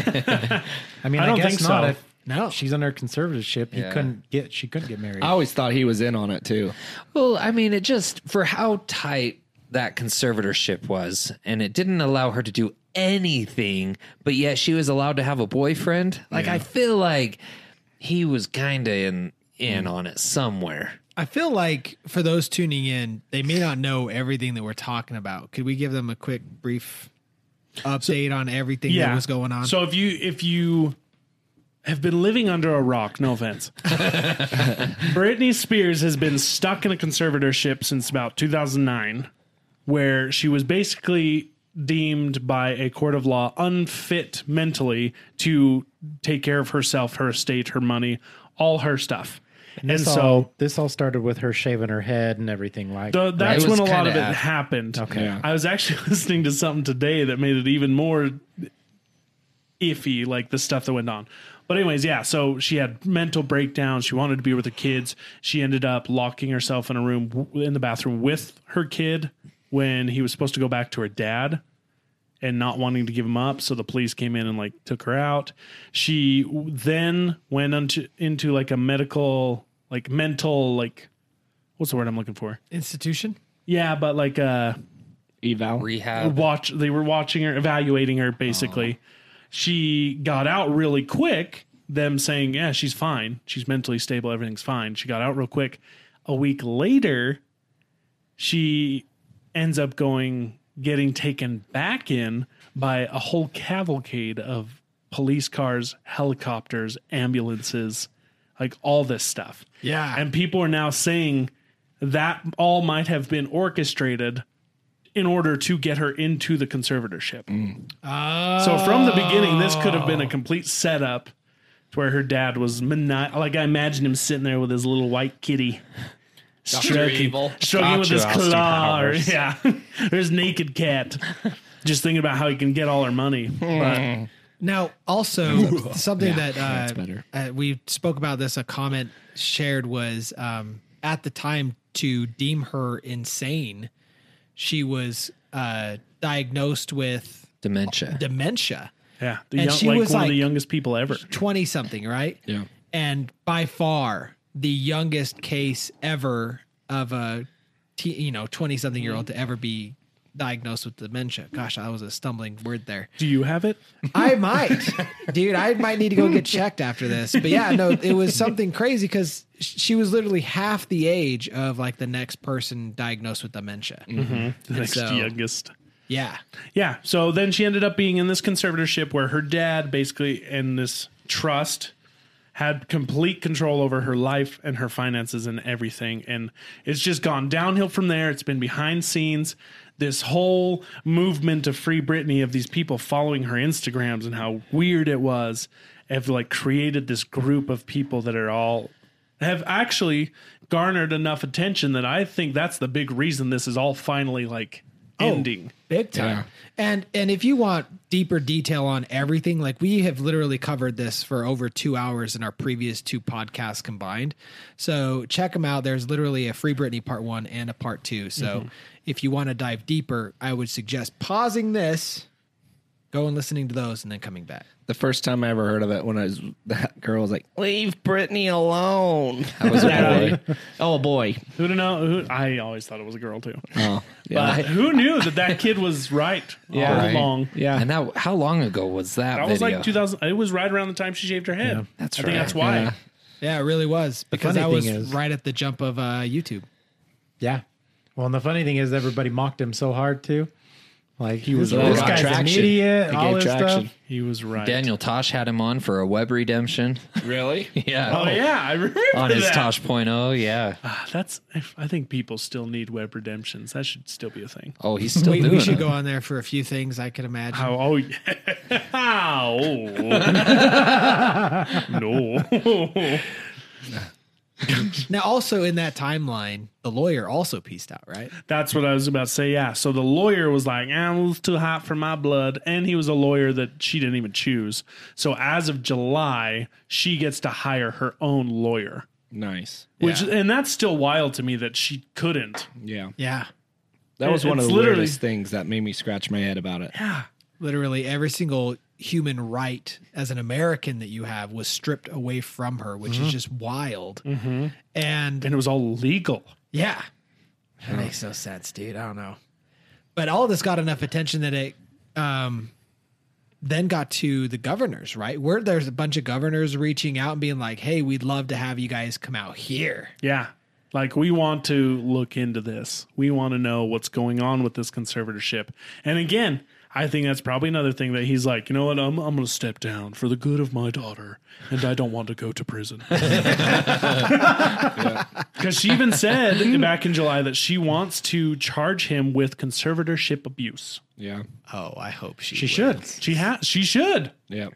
S4: I mean, I,
S1: don't
S4: guess
S1: think
S4: not.
S1: so.
S4: If
S3: No.
S4: she's under conservatorship, he
S2: Yeah.
S4: couldn't get. She couldn't get married.
S5: I always thought he was in on it too.
S2: Well, I mean, it just for how tight that conservatorship was, and it didn't allow her to do anything, but yet she was allowed to have a boyfriend. Like, I feel like he was kind of in in on it somewhere.
S3: I feel like for those tuning in, they may not know everything that we're talking about. Could we give them a quick, brief update on everything that was going on?
S1: So if you if you have been living under a rock, no offense. Britney Spears has been stuck in a conservatorship since about 2009, where she was basically deemed by a court of law unfit mentally to take care of herself, her estate, her money, all her stuff. And,
S4: This
S1: so
S4: all, this all started with her shaving her head and everything like.
S1: So that's
S2: It was
S1: when a lot
S2: kinda
S1: of it
S2: after-
S1: happened.
S4: Okay. Yeah.
S1: I was actually <laughs> listening to something today that made it even more iffy, like the stuff that went on. But anyways, yeah. So she had mental breakdowns. She wanted to be with her kids. She ended up locking herself in a room w- in the bathroom with her kid when he was supposed to go back to her dad and not wanting to give him up. So the police came in and like took her out. She w- then went into, into like a medical, like mental, like what's the word I'm looking for?
S3: Institution?
S1: Yeah, but like uh
S5: Eval.
S2: Rehab.
S1: watch they were watching her, evaluating her basically. She got out really quick, them saying, Yeah, she's fine. She's mentally stable, everything's fine. She got out real quick. A week later, she ends up going getting taken back in by a whole cavalcade of police cars, helicopters, ambulances, like all this stuff.
S3: Yeah.
S1: And people are now saying that all might have been orchestrated in order to get her into the conservatorship. So from the beginning, this could have been a complete setup to where her dad was mani- like I imagine him sitting there with his little white kitty. Stroking,
S2: Evil.
S1: stroking with
S2: Gotcha,
S1: his
S2: Austin
S1: claw, or, <laughs>
S2: Powers.
S1: yeah, or his naked cat, just thinking about how he can get all her money. But
S3: Now, also something that uh,
S5: better.
S3: uh, we spoke about this. A comment shared was um, at the time to deem her insane. She was uh, diagnosed with
S2: Dementia.
S3: dementia,
S1: yeah, the
S3: And
S1: young,
S3: she
S1: like
S3: was
S1: one of the
S3: like-
S1: youngest people ever.
S3: twenty something, right?
S5: Yeah.
S3: and by far the youngest case ever of a t- you know twenty something year old to ever be diagnosed with dementia. Gosh, that was a stumbling word there.
S1: Do you have it?
S3: <laughs> I might, dude. I might need to go get checked after this. But yeah, no, it was something crazy because she was literally half the age of like the next person diagnosed with dementia.
S1: <laughs> The next
S3: so-
S1: youngest.
S3: Yeah,
S1: Yeah. So then she ended up being in this conservatorship where her dad basically and this trust had complete control over her life and her finances and everything. And it's just gone downhill from there. It's been behind scenes. This whole movement to free Britney of these people following her Instagrams and how weird it was have like created this group of people that are all have actually garnered enough attention that I think that's the big reason this is all finally like ending.
S3: big time. And and if you want deeper detail on everything, like we have literally covered this for over two hours in our previous two podcasts combined. So check them out. There's literally a Free Britney part one and a part two. So
S4: Mm-hmm.
S3: if you want to dive deeper, I would suggest pausing this, go and listening to those, and then coming back.
S5: The first time I ever heard of it, when I was <laughs> that girl was like, "Oh, "Leave Brittany alone."
S2: I
S5: <laughs>
S2: was a boy.
S5: oh boy.
S1: Who'd have known? Who, I always thought it was a girl too.
S5: Oh
S1: <laughs> But who knew that that kid was right
S2: <laughs>
S1: all
S2: Right.
S1: along?
S5: yeah.
S2: And that, how long ago was that?
S1: That
S2: video?
S1: was like 2000. It was right around the time she shaved her head.
S2: That's
S1: I think
S2: right.
S1: that's why.
S5: Yeah.
S3: Yeah, it really was because
S4: funny
S3: I was
S4: thing is-
S3: right at the jump of uh, YouTube.
S4: Yeah. Well, and the funny thing is, everybody mocked him so hard too. Like he was
S5: It
S4: this
S5: got
S4: guy's
S5: traction.
S4: an idiot.
S5: It
S4: All
S5: gave
S4: this
S5: traction.
S4: stuff.
S1: He was right.
S2: Daniel Tosh had him on for a web redemption.
S5: Really?
S2: <laughs> yeah.
S1: Oh, yeah, I remember
S2: <laughs> on his
S1: that.
S2: Tosh point oh yeah.
S1: That's. I think people still need web redemptions. That should still be a thing.
S2: Oh, he's still
S3: We,
S2: doing
S3: we should
S2: it.
S3: go on there for a few things I can imagine.
S1: How? Oh, yeah. <laughs> Oh. Ow. <laughs> no. <laughs>
S3: Now, also in that timeline, the lawyer also pieced out, right?
S1: That's what I was about to say. Yeah. So the lawyer was like, "Ah, it was too hot for my blood," and he was a lawyer that she didn't even choose. So as of July, she gets to hire her own lawyer,
S5: Nice.
S1: which and that's still wild to me that she couldn't.
S5: Yeah.
S3: Yeah.
S5: That was one of
S1: It's
S5: the
S1: literally-
S5: weirdest things that made me scratch my head about it.
S3: literally every single human right as an American that you have was stripped away from her, which is just wild. And
S1: And it was all legal.
S3: yeah, that makes no sense, dude. I don't know. But all this got enough attention that it um, then got to the governors, right? Where there's a bunch of governors reaching out and being like, hey, we'd love to have you guys come out here.
S1: Yeah. Like we want to look into this. We want to know what's going on with this conservatorship. And again, I think that's probably another thing that he's like, you know what, I'm I'm gonna step down for the good of my daughter, and I don't want to go to prison. <laughs> Because she even said back in July that she wants to charge him with conservatorship abuse.
S5: Yeah.
S3: Oh, I hope she
S4: She should.
S1: She ha- she should.
S5: Yeah.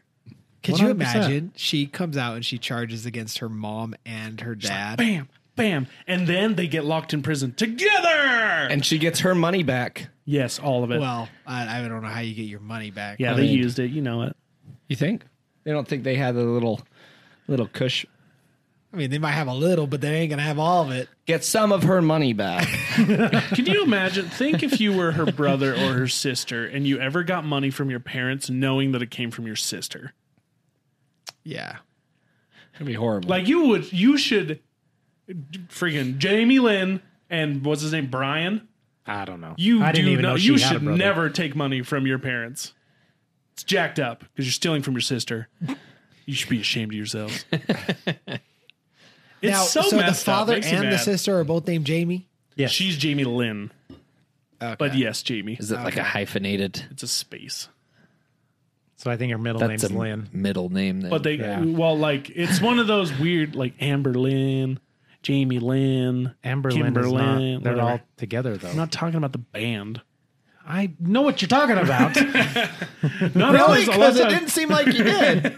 S3: Could you
S4: 100%.
S3: imagine? She comes out and she charges against her mom and her dad.
S1: Bam, bam. And then they get locked in prison together.
S5: And she gets her money back.
S1: yes, all of it.
S3: Well, I, I don't know how you get your money back.
S1: yeah,
S3: but-
S1: they used it. You know it.
S5: You think? They don't think they had the little little cush.
S3: I mean, they might have a little, but they ain't gonna have all of it.
S5: Get some of her money back.
S1: Can you imagine? Think if you were her brother or her sister and you ever got money from your parents knowing that it came from your sister.
S3: Yeah.
S5: That'd be horrible.
S1: Like you would you should friggin' Jamie Lynn and what's his name? Brian.
S4: I don't know.
S1: You
S4: I
S1: do
S4: didn't even
S1: know,
S4: know she
S1: you
S4: had a
S1: should
S4: brother.
S1: never take money from your parents. It's jacked up because you're stealing from your sister. You should be ashamed of
S4: <laughs>
S1: yourselves. it's so,
S3: the
S1: messed
S3: father
S1: up. Makes me
S3: and the
S1: mad.
S3: sister are both named Jamie.
S4: Yes.
S1: She's Jamie Lynn. But yes, Jamie.
S2: Is it like a hyphenated?
S1: It's a space.
S4: so I think her middle
S2: That's
S4: name's
S2: a
S4: Lynn.
S2: middle name. Then.
S1: But they,
S4: Yeah.
S1: well, like it's one of those weird, like Amber Lynn, Jamie Lynn,
S4: Amber
S1: Kimber
S4: Lynn is not.
S1: Lynn,
S4: They're
S1: whatever.
S4: all together though. <laughs>
S1: I'm not talking about the band.
S4: I know what you're talking <laughs> about.
S1: Not
S4: really?
S1: always, a lot of
S4: Because it
S1: times-
S4: didn't seem
S1: <laughs>
S4: like you did. I'm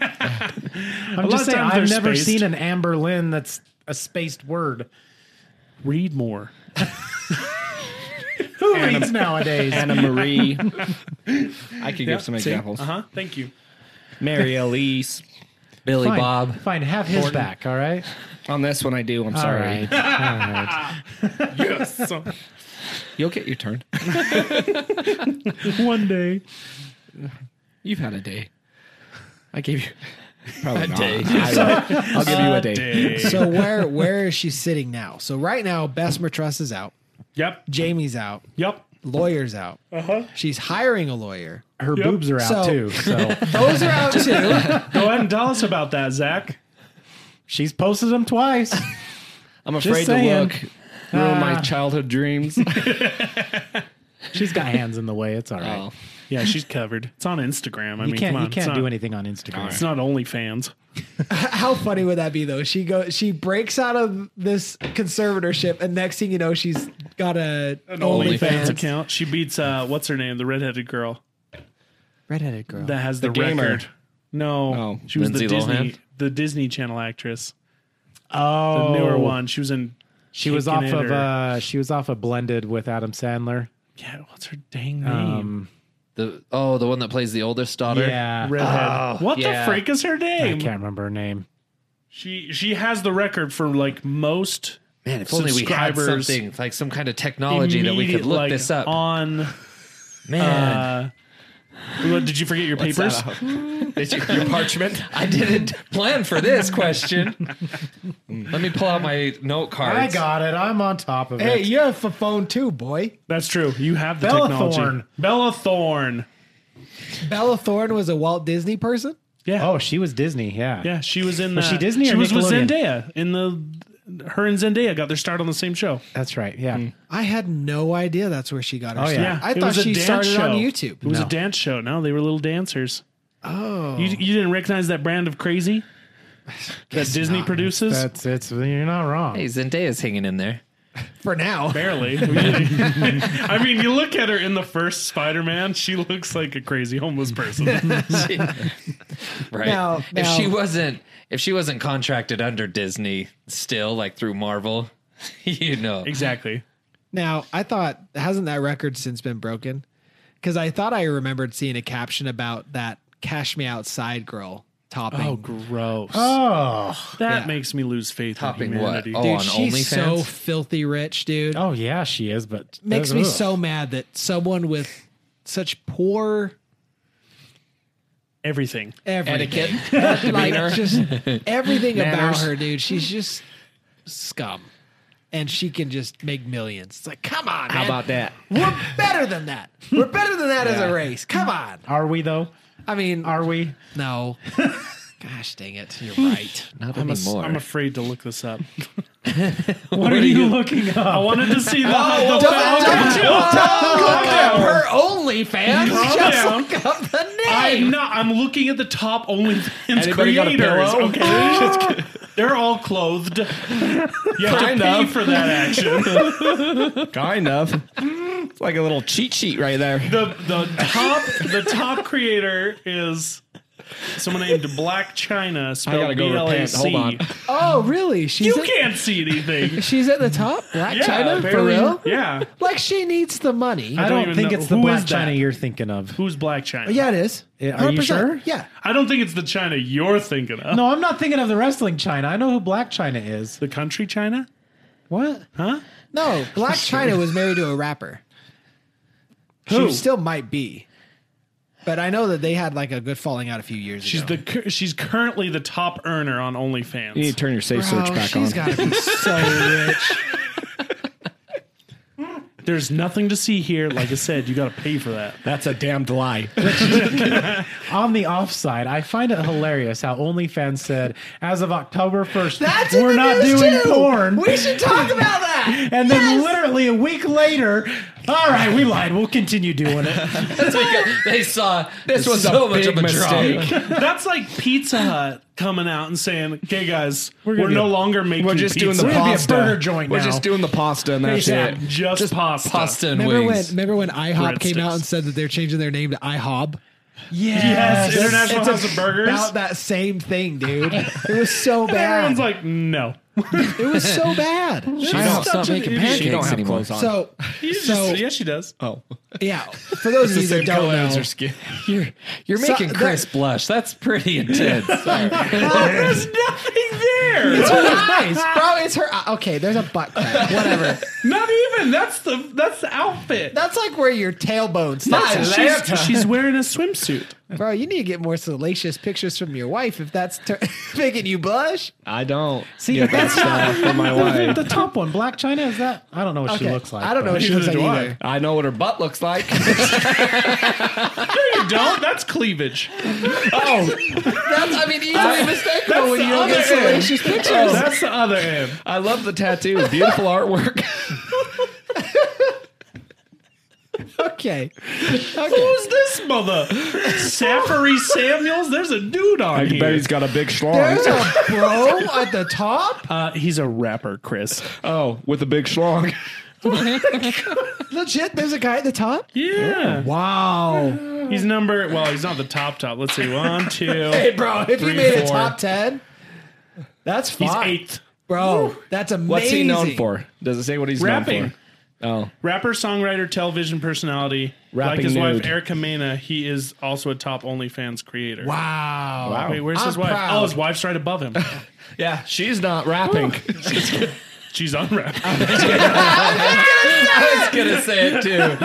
S1: lot of
S4: just saying,
S1: times
S4: I've
S1: they're
S4: never
S1: spaced.
S4: seen an Amber Lynn that's a spaced word.
S1: read more.
S4: Who reads nowadays?
S5: Anna Marie. I could give some examples.
S1: Uh huh. Thank you.
S5: Mary Elise.
S2: Billy
S4: Fine,
S2: Bob.
S4: Fine, have his back, all right?
S5: On this one, I do. I'm
S4: All
S5: sorry.
S4: right. All right. <laughs>
S1: Yes. <laughs>
S5: You'll get your turn.
S1: One day.
S5: You've had a day. I gave you probably a
S2: day.
S5: I'll give you a day.
S3: So where <laughs> where is she sitting now? So right now, Bessemer Trust is out.
S1: Yep.
S3: Jamie's out.
S1: Yep.
S3: Lawyer's out. Uh-huh. She's hiring a lawyer.
S4: Her boobs are
S3: So-
S4: out too. <laughs> So
S3: Those are out too.
S1: Go ahead and tell us about that, Zach.
S4: she's posted them <laughs> twice.
S5: I'm afraid to
S4: saying.
S5: look. Ruin my
S4: Ah.
S5: childhood
S4: <laughs>
S5: dreams.
S4: She's got hands in the way. It's all right.
S5: Oh.
S1: Yeah, she's covered. It's on Instagram. I
S4: you
S1: mean,
S4: can't
S1: come on.
S4: you can't
S1: it's
S4: do
S1: not,
S4: anything on Instagram.
S1: It's not OnlyFans.
S3: How funny would that be though? She go she breaks out of this conservatorship, and next thing you know, she's got a
S1: OnlyFans
S3: OnlyFans
S1: account. She beats uh, what's her name, the redheaded girl
S3: Redheaded girl.
S1: that has the,
S5: gamer.
S1: record. No,
S5: Oh,
S1: she was
S2: Lindsay
S1: the Disney,
S2: Lohan?
S1: the Disney Channel actress, the
S4: Oh,
S1: newer one. She was in.
S4: She was off
S1: Kicking It
S4: of
S1: or-
S4: uh, she was off of Blended with Adam Sandler.
S1: Yeah, what's her dang name?
S4: Um,
S2: The oh, the one that plays the oldest daughter.
S4: yeah,
S1: Redhead. what
S2: oh, yeah.
S1: the freak is her
S4: uh, I
S1: name?
S4: can't remember her name.
S1: She she has the record for like most
S2: Man, if only we had
S1: Subscribers.
S2: something like some kind of technology that we could
S1: immediate,
S2: look
S1: like,
S2: this up.
S1: on.
S2: Man,
S1: Uh, what, did you forget your papers?
S2: your parchment. I
S4: <laughs>
S2: didn't plan for this question. Let me pull out my note cards.
S4: I got it. I'm on top of
S3: Hey,
S4: it.
S3: you have a phone too, boy.
S1: That's true. You have the
S4: Bella
S1: technology.
S4: Thorne.
S1: Bella Thorne.
S3: Bella Thorne was a Walt Disney person.
S1: Yeah.
S4: Oh, she was Disney. Yeah.
S1: Yeah, she was in.
S4: Was
S1: uh,
S4: she Disney
S1: She
S4: or
S1: was with
S4: Nickelodeon?
S1: Zendaya in the. Her and Zendaya got their start on the same show.
S4: that's right. Yeah.
S3: I had no idea that's where she got her.
S4: Oh,
S3: start.
S4: yeah.
S3: I
S1: It
S3: thought
S1: was a
S3: she
S1: dance
S3: started on
S1: show.
S3: YouTube.
S1: It was a
S4: No.
S1: dance show. No, they were little dancers.
S3: Oh,
S1: You, you didn't recognize that brand of crazy that Disney produces?
S4: That's it's. You're not wrong.
S2: Hey, Zendaya's hanging in there.
S3: for now.
S1: Barely. <laughs> I mean, you look at her in the first Spider Man, she looks like a crazy homeless person.
S2: Right.
S3: Now-
S2: <laughs> if
S3: now-
S2: she wasn't if she wasn't contracted under Disney still, like through Marvel, <laughs> you know.
S1: exactly.
S3: Now, I thought, hasn't that record since been broken? Because I thought I remembered seeing a caption about that Cash Me Outside girl topping.
S1: Oh, gross.
S4: Oh.
S1: that
S3: yeah.
S1: makes me lose faith
S2: Topping
S1: in humanity.
S2: what? Oh,
S3: dude,
S2: on
S3: she's so
S2: OnlyFans?
S3: filthy rich, dude.
S4: Oh yeah, she is. But
S3: Makes me
S4: ugh.
S3: so mad that someone with such poor
S1: Everything.
S3: everything,
S2: Etiquette.
S3: <laughs> like just everything about
S5: Manners.
S3: her, dude. She's just scum, and she can just make millions. It's like, come on,
S5: How
S3: man.
S5: about that?
S3: We're better than that. We're better than that as a race. Come on.
S4: Are we though?
S3: I mean,
S4: Are we?
S3: No. Gosh dang it. You're right.
S2: Not <laughs>
S1: I'm, as-
S2: anymore.
S1: I'm afraid to look this up. <laughs>
S4: What, are, you looking up?
S1: I wanted to see the, the
S3: don't-
S1: photo.
S3: Look up her Oh, OnlyFans. Just
S1: down.
S3: look up the
S1: Oh, I'm
S3: name.
S1: not. I'm looking at the top OnlyFans
S5: Anybody got a
S1: creators.
S5: pillow? <laughs>
S1: okay, Just kidding. they're all clothed. You have to pay for that action.
S5: kind of. It's like a little cheat sheet right there.
S1: The the top the top creator is someone named Black China. Spelled
S5: gotta go repent.
S1: B-L-A-C.
S5: Hold on.
S3: Oh, really? She's
S1: You
S3: at,
S1: can't see anything.
S3: She's at the top? Black
S1: Yeah,
S3: China? For
S1: apparently-
S3: real?
S1: Yeah.
S3: Like she needs the money.
S4: I
S1: don't
S4: don't,
S1: even
S4: think
S1: know-
S4: it's the
S1: who
S4: Black
S1: is that?
S4: China you're thinking of.
S1: Who's Black China?
S3: yeah, it is.
S4: Yeah, are you
S3: 100%.
S4: sure?
S3: Yeah.
S1: I don't think it's the China you're thinking of.
S4: No, I'm not thinking of the wrestling China. I know who Black China is.
S1: The country China?
S4: What?
S1: Huh?
S3: No, Black China was married to a rapper.
S1: Who?
S3: She still might be. But I know that they had like a good falling out a few years
S1: She's
S3: ago.
S1: the cur- she's currently the top earner on OnlyFans.
S5: You need to turn your safe
S3: Bro,
S5: search back
S3: Oh, she's
S5: on.
S3: gotta be
S4: <laughs>
S3: so rich.
S1: There's nothing to see here. Like I said, you got to pay for that.
S5: <laughs> That's a damned lie.
S4: On the offside, I find it hilarious how OnlyFans said, as of October 1st,
S3: That's in
S4: we're
S3: the
S4: not
S3: news
S4: doing
S3: too.
S4: porn.
S3: We should talk about that.
S4: and then literally a week later, All right, we lied. We'll continue
S2: <laughs>
S4: doing it.
S2: they saw
S5: <laughs> This was
S2: so
S5: a
S2: much
S5: big
S2: of a
S5: mistake.
S2: drop.
S1: That's like Pizza Hut coming out and saying, "Okay, guys, we're,
S4: gonna be
S1: no
S4: a-
S1: longer making.
S5: We're just doing
S1: pizza.
S5: the
S4: We're gonna be a
S5: pasta.
S4: burger joint
S5: We're
S4: now.
S5: just doing the pasta and that's
S4: Yeah.
S5: it.
S1: just, pasta.
S2: Pasta
S3: <laughs>
S2: and
S3: Remember when,
S2: wings.
S3: remember when IHOP came out
S1: Breadsticks.
S3: and said that they're changing their name to IHOB?
S1: Yes, International
S3: It's
S1: House of Burgers.
S3: About that same thing,
S5: <laughs>
S3: dude. It was so bad.
S1: Everyone's like, no.
S3: it was
S5: <laughs>
S3: so bad.
S2: She don't stop
S1: such an
S2: making
S1: idiot.
S2: pancakes
S1: She
S5: You don't have
S2: anymore.
S5: clothes on.
S3: So,
S1: Yes,
S3: so
S1: yes, she does.
S5: oh,
S3: yeah. For those of you that don't know, <laughs>
S5: skin.
S2: You're you're
S3: So-
S2: making Chris blush. That's
S5: <laughs>
S2: pretty intense.
S1: There's nothing there.
S3: <laughs> it's her eyes, bro. It's her. eye- Okay, there's a butt
S5: <laughs>
S3: crack. Whatever.
S1: Not even. That's the that's the outfit.
S3: That's like where your tailbone starts,
S1: She's, she's wearing a swimsuit.
S3: bro. You need to get more salacious pictures from your wife if that's tur <laughs> making you blush.
S5: I don't
S4: See,
S5: get that
S4: <laughs> that's not-
S5: stuff from my
S4: the,
S5: wife.
S4: the top one, Black China, is that? I don't know what she
S3: Okay,
S4: looks like.
S3: I don't know
S4: but-
S3: what she looks like
S1: Neither do I.
S3: either.
S5: I know what her butt looks like. <laughs>
S1: No, you don't. That's cleavage.
S3: That's, I mean, easily mistakeable when you don't get
S1: other end.
S3: salacious pictures. <laughs>
S1: That's the other end.
S5: I love the tattoo. Beautiful <laughs> artwork.
S3: Okay.
S1: Who's this mother? Safari Samuels? There's a dude on here.
S5: got a big
S3: There's a
S5: schlong.
S3: bro at the top.
S1: uh, he's a rapper, Chris.
S5: Oh, with a big
S4: <laughs>
S5: schlong.
S3: Legit, there's a guy at the top.
S1: Yeah.
S3: Wow.
S1: He's number, well, he's not the top top. Let's see. One, two.
S3: <laughs> Hey, bro, if
S1: Three,
S3: you made a
S1: four.
S3: top 10, that's fine.
S1: He's eighth.
S3: Bro, that's amazing.
S5: What's he known for? Does it say what he's known
S1: Rapping.
S5: for? Oh,
S1: Rapper, songwriter, television personality.
S5: Rapping
S1: like his wife,
S5: nude.
S1: Erica Mena, he is also a top OnlyFans creator.
S3: Wow.
S5: wow.
S1: Wait, where's his
S3: I'm
S1: wife?
S3: proud.
S1: Oh, his wife's right above
S3: <laughs>
S1: him.
S5: yeah, she's not rapping.
S1: She's on rap.
S2: I was gonna say it too.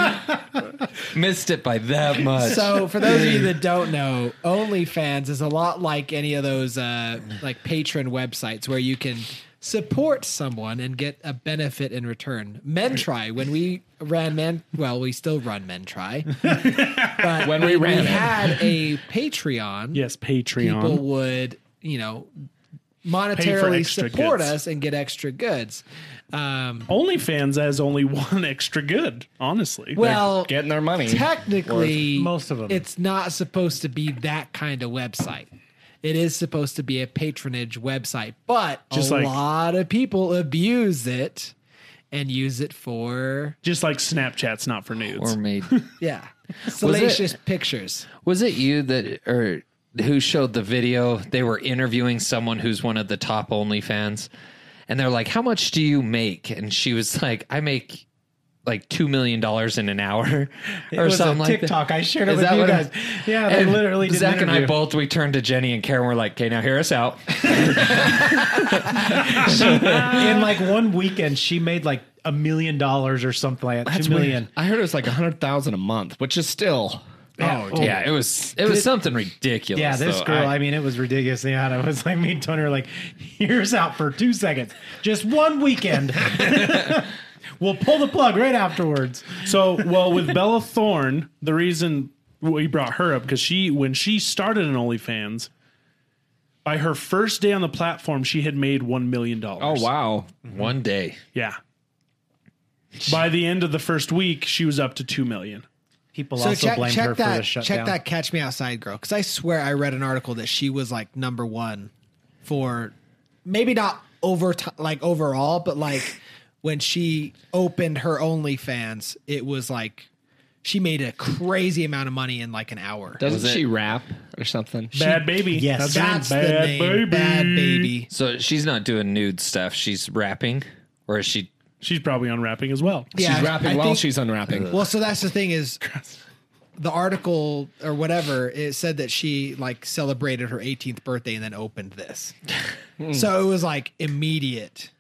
S2: Missed it by that much.
S3: So, for those of you that don't know, OnlyFans is a lot like any of those uh, like patron websites where you can support someone and get a benefit in return. Men try when we ran men, well, we still run men try. But when we,
S5: ran it.
S3: had a Patreon,
S1: yes,
S3: people
S1: Patreon.
S3: would, you know, monetarily
S1: extra
S3: support
S1: goods.
S3: us and get extra goods. Um,
S1: OnlyFans has only <laughs> one extra good, honestly.
S3: well,
S5: Getting their money.
S3: technically,
S4: Worth most of 'em.
S3: it's not supposed to be that kind of website. It is supposed to be a patronage website, but
S1: Just
S3: a
S1: like-
S3: lot of people abuse it and use it for
S1: Just like Snapchat's not for nudes.
S2: Or
S5: <laughs>
S2: made
S3: yeah salacious pictures.
S2: was it you that or who showed the video? They were interviewing someone who's one of the top OnlyFans, and they're like, "How much do you make?" And she was like, "I make." Like two million dollars in an hour, <laughs> or
S4: It was
S2: something
S4: a
S2: like
S4: TikTok.
S2: That.
S4: I shared it
S2: Is
S4: with
S2: that
S4: you
S2: what
S4: guys.
S2: it-
S4: Yeah, they
S2: And
S4: literally did
S2: Zach
S4: an
S2: and I
S4: interview.
S2: both we turned to Jenny and Karen. We're like, "Okay, now hear us out."
S4: in like one weekend, she made like a million dollars or something like that. Two million.
S5: I heard it was like a hundred thousand a month, which is still.
S4: <laughs> Oh,
S2: Yeah, it was it was something ridiculous.
S4: Yeah, this
S2: though.
S4: girl,
S2: I-
S4: I, mean, it was ridiculous. Yeah, it was like me and Tony were like, here's out for two seconds. Just one
S2: <laughs>
S4: weekend. <laughs> we'll pull the plug right afterwards.
S1: So, well, with Bella Thorne, the reason we brought her up because she, when she started an OnlyFans, by her first day on the platform, she had made one million dollars.
S5: Oh wow.
S2: one day.
S1: Yeah. By the end of the first week, she was up to two million.
S4: People
S3: So
S4: also
S3: check,
S4: blamed
S3: check
S4: her for the
S3: that
S4: shutdown.
S3: check that catch me outside girl because I swear I read an article that she was like number one for maybe not over ti- like overall but like when she opened her OnlyFans it was like she made a crazy amount of money in like an hour.
S5: Doesn't
S2: it-
S5: she rap or something?
S1: Bad baby.
S4: Yes.
S3: That's
S1: her name.
S3: the name, bad baby.
S2: So she's not doing nude stuff. She's rapping, or is she?
S1: She's probably on rapping as well.
S3: Yeah,
S5: she's rapping
S3: I
S5: while
S3: think-
S5: she's unwrapping.
S3: Well, so that's the thing is the article or whatever it said that she like celebrated her 18th birthday and then opened this. so it was like immediate.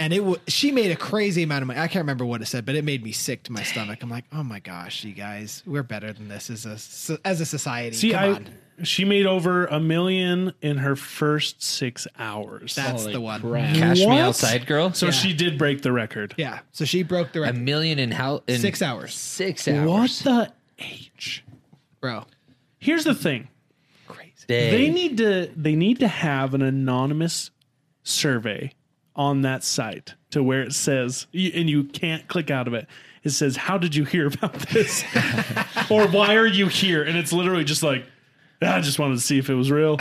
S3: And it was she made a crazy amount of money. I can't remember what it said, but it made me sick to my stomach. I'm like, "Oh my gosh, you guys, we're better than this as a so- as a society."
S1: See,
S3: Come
S1: I,
S3: on.
S1: she made over a million in her first six hours.
S3: That's the one.
S2: Cash
S1: What?
S2: me outside, girl.
S1: so she did break the record.
S3: Yeah. So she broke the
S2: a
S3: record.
S2: million in how in
S3: 6 hours,
S2: Six hours.
S1: What the H?
S3: bro.
S1: Here's the thing.
S3: Crazy.
S2: Day.
S1: They need to they need to have an anonymous survey on that site to where it says, you- and you can't click out of it. It says, "How did you hear about
S3: <laughs>
S1: this?" or "Why are you here?" And it's literally just like, "I just wanted to see if it was
S3: <laughs>
S1: real."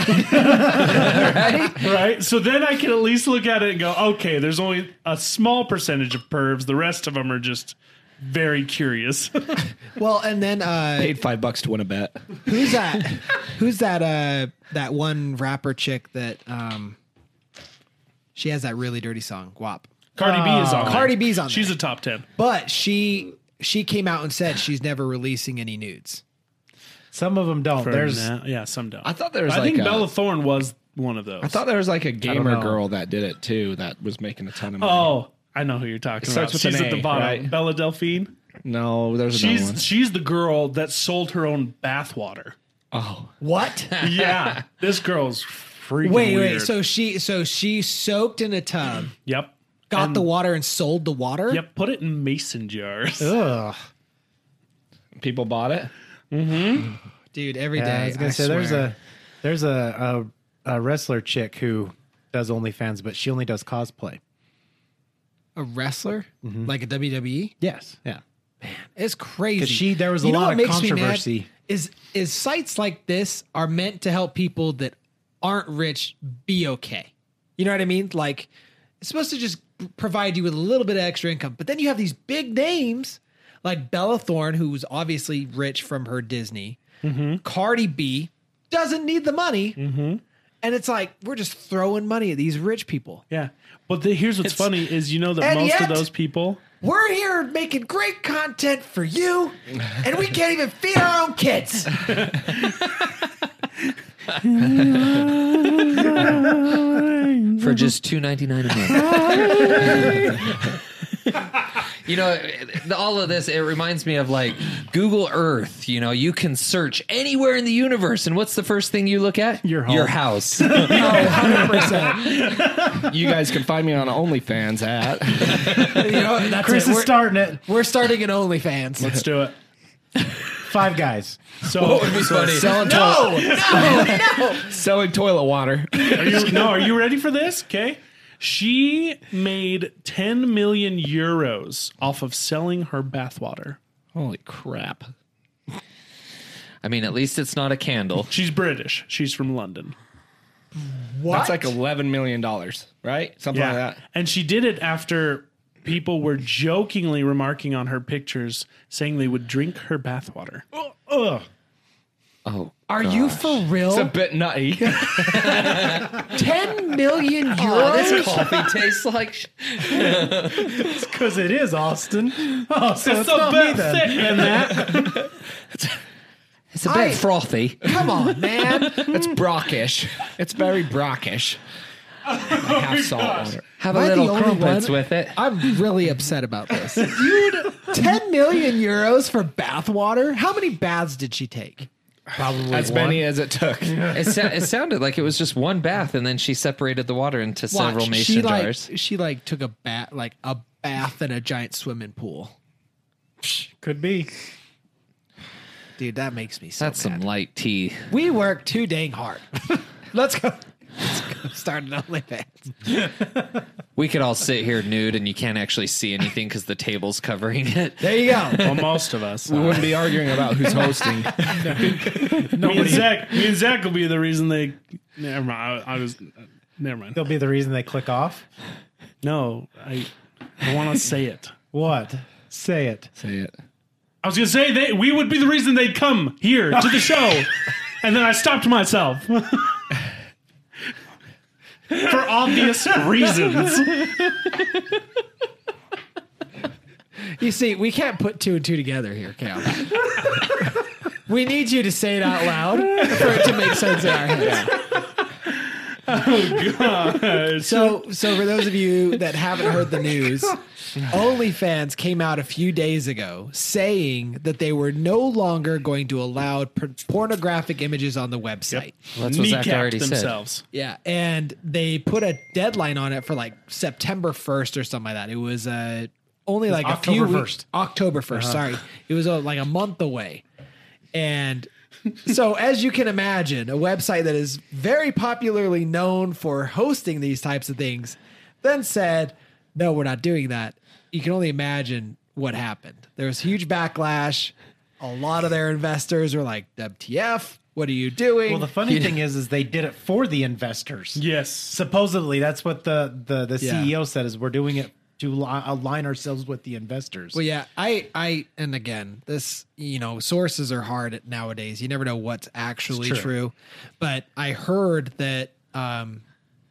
S1: right? So then I can at least look at it and go, okay, there's only a small percentage of pervs. The rest of them are just very curious. <laughs>
S3: Well, and then uh,
S5: Paid five bucks to win a bet.
S3: who's that? <laughs> Who's that? Uh, that one rapper chick that um, she has that really dirty song, WAP.
S1: Cardi B is on. there.
S3: Ah, Cardi B's on.
S1: She's
S3: there.
S1: a top ten.
S3: but she she came out and said she's never releasing any nudes.
S4: Some of them don't. There's
S1: Nah, yeah, some don't.
S5: I thought there was
S1: I
S5: like
S1: think
S5: a-
S1: Bella Thorne was one of those.
S5: I thought there was like a gamer
S4: know.
S5: girl that did it too that was making a ton of money.
S1: oh, I know who you're talking about.
S5: starts with
S1: She's
S5: an
S1: at the
S5: A,
S1: bottom.
S5: right?
S1: Bella Delphine.
S5: No, there's another one.
S1: She's she's the girl that sold her own <laughs> bathwater.
S5: Oh,
S3: What? <laughs>
S1: Yeah, this girl's freaking
S3: wait, wait.
S1: weird.
S3: So she so she soaked in a tub,
S1: yep,
S3: got the water, and sold the water.
S1: yep. Put it in mason jars.
S4: ugh.
S5: people bought it.
S3: dude. Every day.
S4: Yeah, I was gonna say there's
S3: swear.
S4: a there's a, a a wrestler chick who does OnlyFans, but she only does cosplay.
S3: a wrestler
S4: Mm-hmm.
S3: like a E? WWE.
S4: Yes. Yeah.
S3: It's crazy.
S4: 'Cause she- there was a
S3: You know
S4: lot
S3: what
S4: of
S3: makes me mad
S4: controversy.
S3: Is is sites like this are meant to help people that aren't rich be okay. You know what I mean? Like it's supposed to just provide you with a little bit of extra income, but then you have these big names like Bella Thorne, who's obviously rich from her Disney.
S4: Mm-hmm.
S3: Cardi B doesn't need the money, and it's like we're just throwing money at these rich people.
S1: Yeah, but the, here's what's funny is you know that
S3: And
S1: most of
S3: yet-
S1: those people
S3: We're here making great content for you, and we can't even feed our own kids. Mm-hmm.
S2: for just two ninety nine a month. <laughs> you know, it- all of this it reminds me of like Google Earth. You know, you can search anywhere in the universe, and what's the first thing you look at?
S4: Your home.
S2: Your house.
S5: You guys can find me on OnlyFans at.
S3: You know, that's
S4: <laughs> Chris
S3: it.
S4: is
S3: We're,
S4: starting it.
S3: we're starting an OnlyFans.
S1: let's do it.
S4: Five guys.
S1: So
S5: Selling no,
S3: <laughs>
S5: no, no. Selling toilet water.
S1: Are you, no, are you ready for this? Okay. She made 10 million euros off of selling her bathwater.
S5: Holy crap!
S2: I mean, at least it's not a candle.
S1: She's British. She's from London.
S3: What?
S5: That's like eleven million dollars, right? Something like that.
S1: And she did it after people were jokingly remarking on her pictures, saying they would drink her bathwater.
S2: Oh,
S3: Are you for real?
S4: Oh.
S5: It's a bit
S4: <laughs>
S3: <laughs>
S5: nutty.
S3: Ten million euros.
S2: this coffee tastes like. sh-
S4: Because it is Austin. Oh, so it's,
S1: So
S4: not me
S1: bit
S4: then.
S1: thick in that.
S2: It's a bit
S3: I-
S2: frothy.
S3: Come on, man.
S5: it's brockish. It's very brockish. Oh I have salt water.
S2: Have
S3: Am
S2: a
S3: I the
S2: little
S3: only
S2: crumpets
S3: one?
S2: with it.
S3: I'm really upset about this, <laughs> dude. Ten million euros for bathwater. How many baths did she take?
S4: Probably
S5: As many as it took.
S2: It, sa- it sounded like it was just one bath, and then she separated the water into several
S3: Watch,
S2: mason
S3: she
S2: jars.
S3: like she like took a bath like a bath in a giant swimming pool.
S4: could be.
S3: Dude, that makes me so
S2: That's some light tea.
S3: We work too dang hard. <laughs> Let's go. Let's go start an OnlyFans.
S2: We could all sit here nude, and you can't actually see anything because the table's
S3: <laughs>
S2: covering it.
S3: There you go.
S1: <laughs> Well, most of us.
S5: We wouldn't be arguing about who's hosting.
S1: Me and Zach. Me and Zach will be the reason they. Never mind. I, I was. Never mind.
S4: They'll be the reason they click off.
S1: No, I. I <laughs> want to say it.
S4: What? Say it.
S5: Say it.
S1: I was gonna say they we would be the reason they'd come here to the <laughs> show, and then I stopped myself for obvious <laughs> reasons.
S3: You see, we can't put two and two together here, Cal. <laughs> we need you to say it out loud for it to make sense in our heads. So, so for those of you that haven't heard the news, OnlyFans came out a few days ago saying that they were no longer going to allow por- pornographic images on the website.
S2: That's what Zach
S1: Kneecapped
S2: already said.
S1: themselves.
S3: Yeah, and they put a deadline on it for like September 1st or something like that. It was uh, only like a few
S4: October Uh-huh.
S3: weeks-
S4: 1st.
S3: October 1st, sorry. It was uh, like a month away. And so as you can imagine, a website that is very popularly known for hosting these types of things then said, no, we're not doing that. You can only imagine what happened. There was huge backlash. A lot of their investors were like, WTF, what are you doing?
S4: Well, the funny thing is, is they did it for the investors.
S1: Yes.
S4: Supposedly, that's what the the the
S3: Yeah.
S4: CEO said is we're doing it to li- align ourselves with the investors.
S3: Well, yeah, I, I, and again, this, you know, sources are hard nowadays. You never know what's actually true. but I heard that um,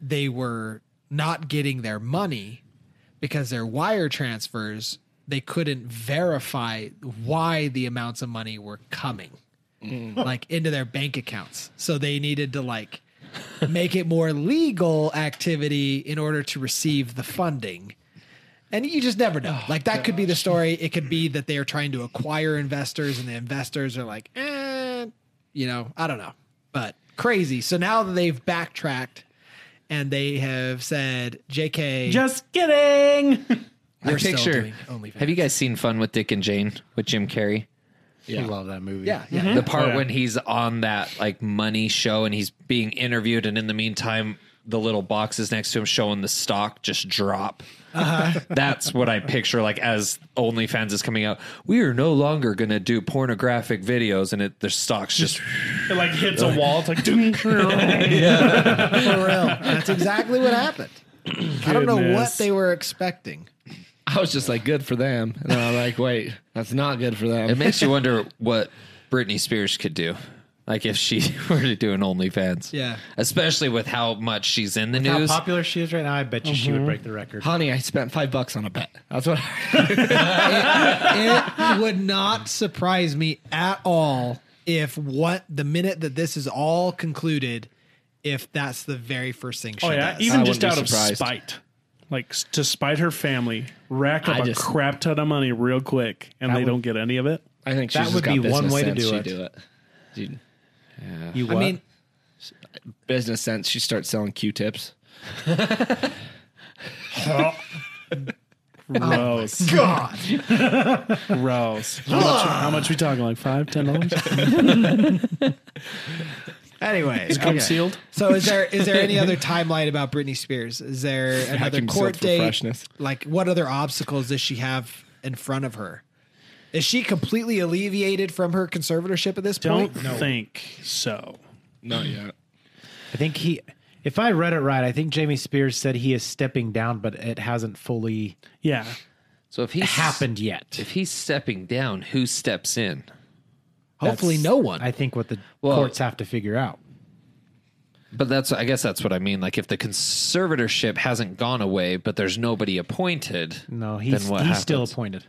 S3: they were not getting their money because their wire transfers they couldn't verify why the amounts of money were coming, like into their bank accounts. So they needed to like <laughs> make it more legal activity in order to receive the funding. And you just never know. like that could be the story. It could be that they are trying to acquire investors, and the investors are like, eh, you know, I don't know, but crazy. So now that they've backtracked and they have said, "JK,
S1: Just kidding. <laughs>
S3: we're
S2: Your
S3: still
S2: picture.
S3: doing OnlyFans."
S2: Have you guys seen Fun with Dick and Jane with Jim Carrey?
S4: I love that movie.
S3: Yeah, Hmm? Oh, yeah.
S2: The part
S1: yeah.
S2: when he's on that like money show and he's being interviewed, and in the meantime, the little boxes next to him showing the stock just drop.
S3: Uh-huh.
S2: <laughs> That's what I picture like as OnlyFans is coming out. We are no longer going to do pornographic videos, and it the stocks just
S1: It like hits a wall. It's like, ding.
S5: <laughs>
S3: For real. That's exactly what happened. I don't know what
S1: Goodness.
S3: they were expecting.
S5: I was just like, good for them. And then I'm like, wait, that's not good for
S2: It
S5: them.
S2: makes you wonder what Britney Spears could do. Like if she <laughs> were to do an OnlyFans.
S3: Yeah.
S2: Especially with how much she's in the
S4: How
S2: news.
S4: popular she is right now, I bet you she would break the record.
S5: Honey, I spent five bucks on a bet. That's what.
S3: It would not surprise me at all if what the minute that this is all concluded, if that's the very first thing she
S1: Oh yeah,
S3: does.
S1: even
S5: I
S1: just
S5: wouldn't
S1: out
S5: be
S1: of
S5: surprised.
S1: spite, like s- to spite her family, rack up
S5: I
S1: a
S5: just- Oh
S1: crap ton of money real quick, and they don't get any of it.
S5: I think she's
S4: That
S5: just
S4: would
S5: got
S4: be
S5: business
S4: one way to
S5: sense.
S4: do
S5: She'd
S4: it.
S5: do it. Dude,
S4: You
S3: I
S4: what?
S3: mean,
S5: business sense. She starts selling Q-tips. <laughs>
S1: Gross,
S3: God.
S1: gross. How much? How much we talking? Like five, ten dollars?
S3: Anyway,
S1: Cum sealed.
S3: so is there is there any
S5: <laughs>
S3: other timeline about Britney Spears? Is there another
S5: himself
S3: court
S5: for
S3: date?
S5: freshness.
S3: Like, what other obstacles does she have in front of her? Is she completely alleviated from her conservatorship at this point?
S1: Don't think so.
S5: Not yet.
S4: I think he, if I read it right, I think Jamie Spears said he is stepping down, but it hasn't fully
S1: Yeah,
S2: so if he
S4: happened yet.
S2: if he's stepping down, who steps in?
S3: Hopefully,
S4: That's,
S3: no one.
S4: I think what the
S2: Well-
S4: courts have to figure out.
S2: But that's I guess that's what I mean. Like if the conservatorship hasn't gone away, but there's nobody appointed.
S4: No, he's
S2: then what
S4: he's still
S2: happens?
S4: appointed.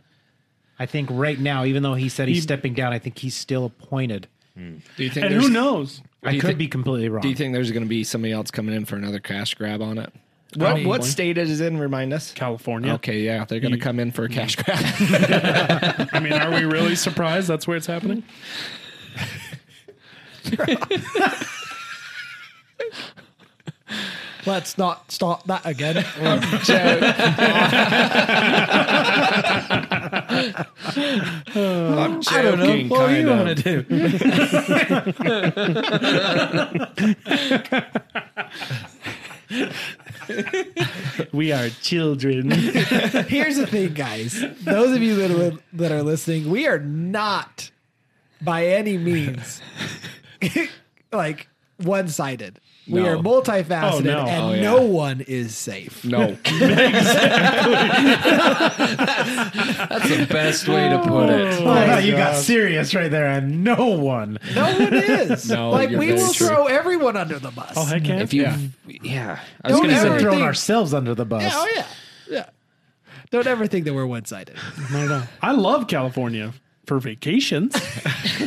S4: I think right now, even though he said he's
S1: He-
S4: stepping down, I think he's still appointed.
S5: Do you think?
S1: and
S5: there's-
S1: who knows?
S4: I
S5: you
S4: could
S5: thi-
S4: be completely wrong.
S5: Do you think there's going to be somebody else coming in for another cash grab on it?
S3: I
S5: What,
S3: mean-
S5: what state it is in? Remind us.
S1: California.
S5: Okay, yeah, they're going to come in for a cash grab.
S4: <laughs>
S5: <laughs>
S1: I mean, are we really surprised that's where it's happening?
S3: Let's not start that
S5: <laughs>
S3: again.
S5: I'm joking, kind of.
S2: to do?
S1: We are
S4: <laughs>
S1: children.
S3: Here's the thing, guys. Those of you that are, that are listening, we are not by any
S5: <laughs>
S3: means <laughs> like one sided. We
S5: No.
S3: are multifaceted,
S1: Oh, no.
S3: and
S5: Oh, yeah.
S3: no one is safe.
S5: No,
S2: That's
S4: <laughs>
S2: the best way to put it.
S1: Oh
S4: Wow, you got serious right there, and no one.
S3: No one is.
S5: <laughs> No,
S3: like
S5: you're
S3: we
S5: very
S3: will
S5: true.
S3: throw everyone under the bus.
S1: oh heck yeah!
S2: If you, yeah,
S5: Yeah.
S2: I was
S3: Don't
S2: going
S3: ever-
S2: to say
S4: We're throwing
S3: Everything-
S4: ourselves under the bus.
S3: yeah, oh yeah, yeah. Don't ever think that we're one sided.
S1: I love California for vacations.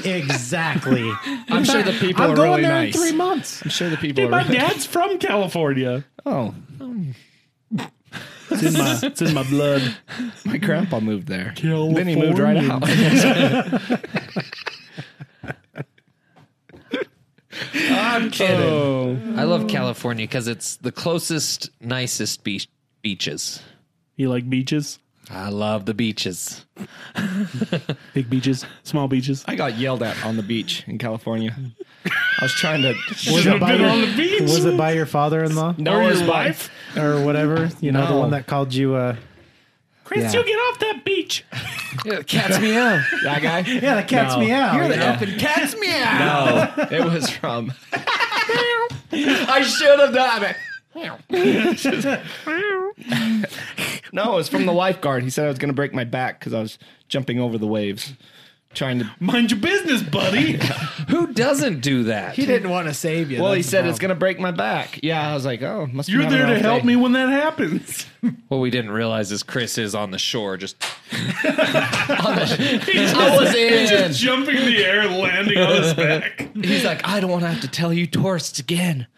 S4: Exactly.
S5: I'm sure the people
S4: I'm
S5: are
S4: going
S5: really
S4: there
S5: nice.
S4: in three months.
S5: I'm sure the people
S1: Dude, my
S5: are.
S1: dad's from California.
S5: Oh,
S1: It's in my, it's in my blood.
S5: my grandpa moved there. Then he moved right out. <laughs>
S2: I'm kidding. I love California because it's the closest, nicest beach beaches.
S1: You like beaches?
S2: I love the beaches.
S1: Big beaches, small beaches.
S5: I got yelled at on the beach in California. I was trying to.
S4: Was
S1: Should've
S4: it, by
S1: been
S4: your,
S1: on the beach.
S4: was it by your father-in-law
S5: <laughs> no,
S1: or
S5: it was
S1: your
S5: my-
S1: wife?
S4: or whatever? You know, the
S5: No.
S4: one that called you. Uh,
S1: Chris,
S4: Yeah.
S1: you get off that beach.
S5: <laughs>
S2: Cats meow.
S5: That guy?
S4: yeah, that cat's me out.
S5: You're the effing <laughs> cat's meow. No, it was from. <laughs> I should have done it. <laughs> no, it was from the lifeguard. He said I was going to break my back because I was jumping over the waves, trying to.
S1: Mind your business, <laughs> buddy.
S2: Who doesn't do that?
S3: He didn't want to save
S5: <laughs>
S3: you.
S5: Well, he
S3: that's the
S5: said it's
S3: problem.
S5: going to break my back. Yeah, I was like, oh, must. be
S1: You're
S5: having
S1: there
S5: a
S1: to
S5: rough
S1: help
S5: day.
S1: me when that happens.
S2: What we didn't realize is Chris is on the shore, just <laughs>
S5: I was
S1: <laughs>
S5: in.
S1: Jumping in the air, landing on his <laughs> back.
S5: He's like, I don't want to have to tell you tourists again. I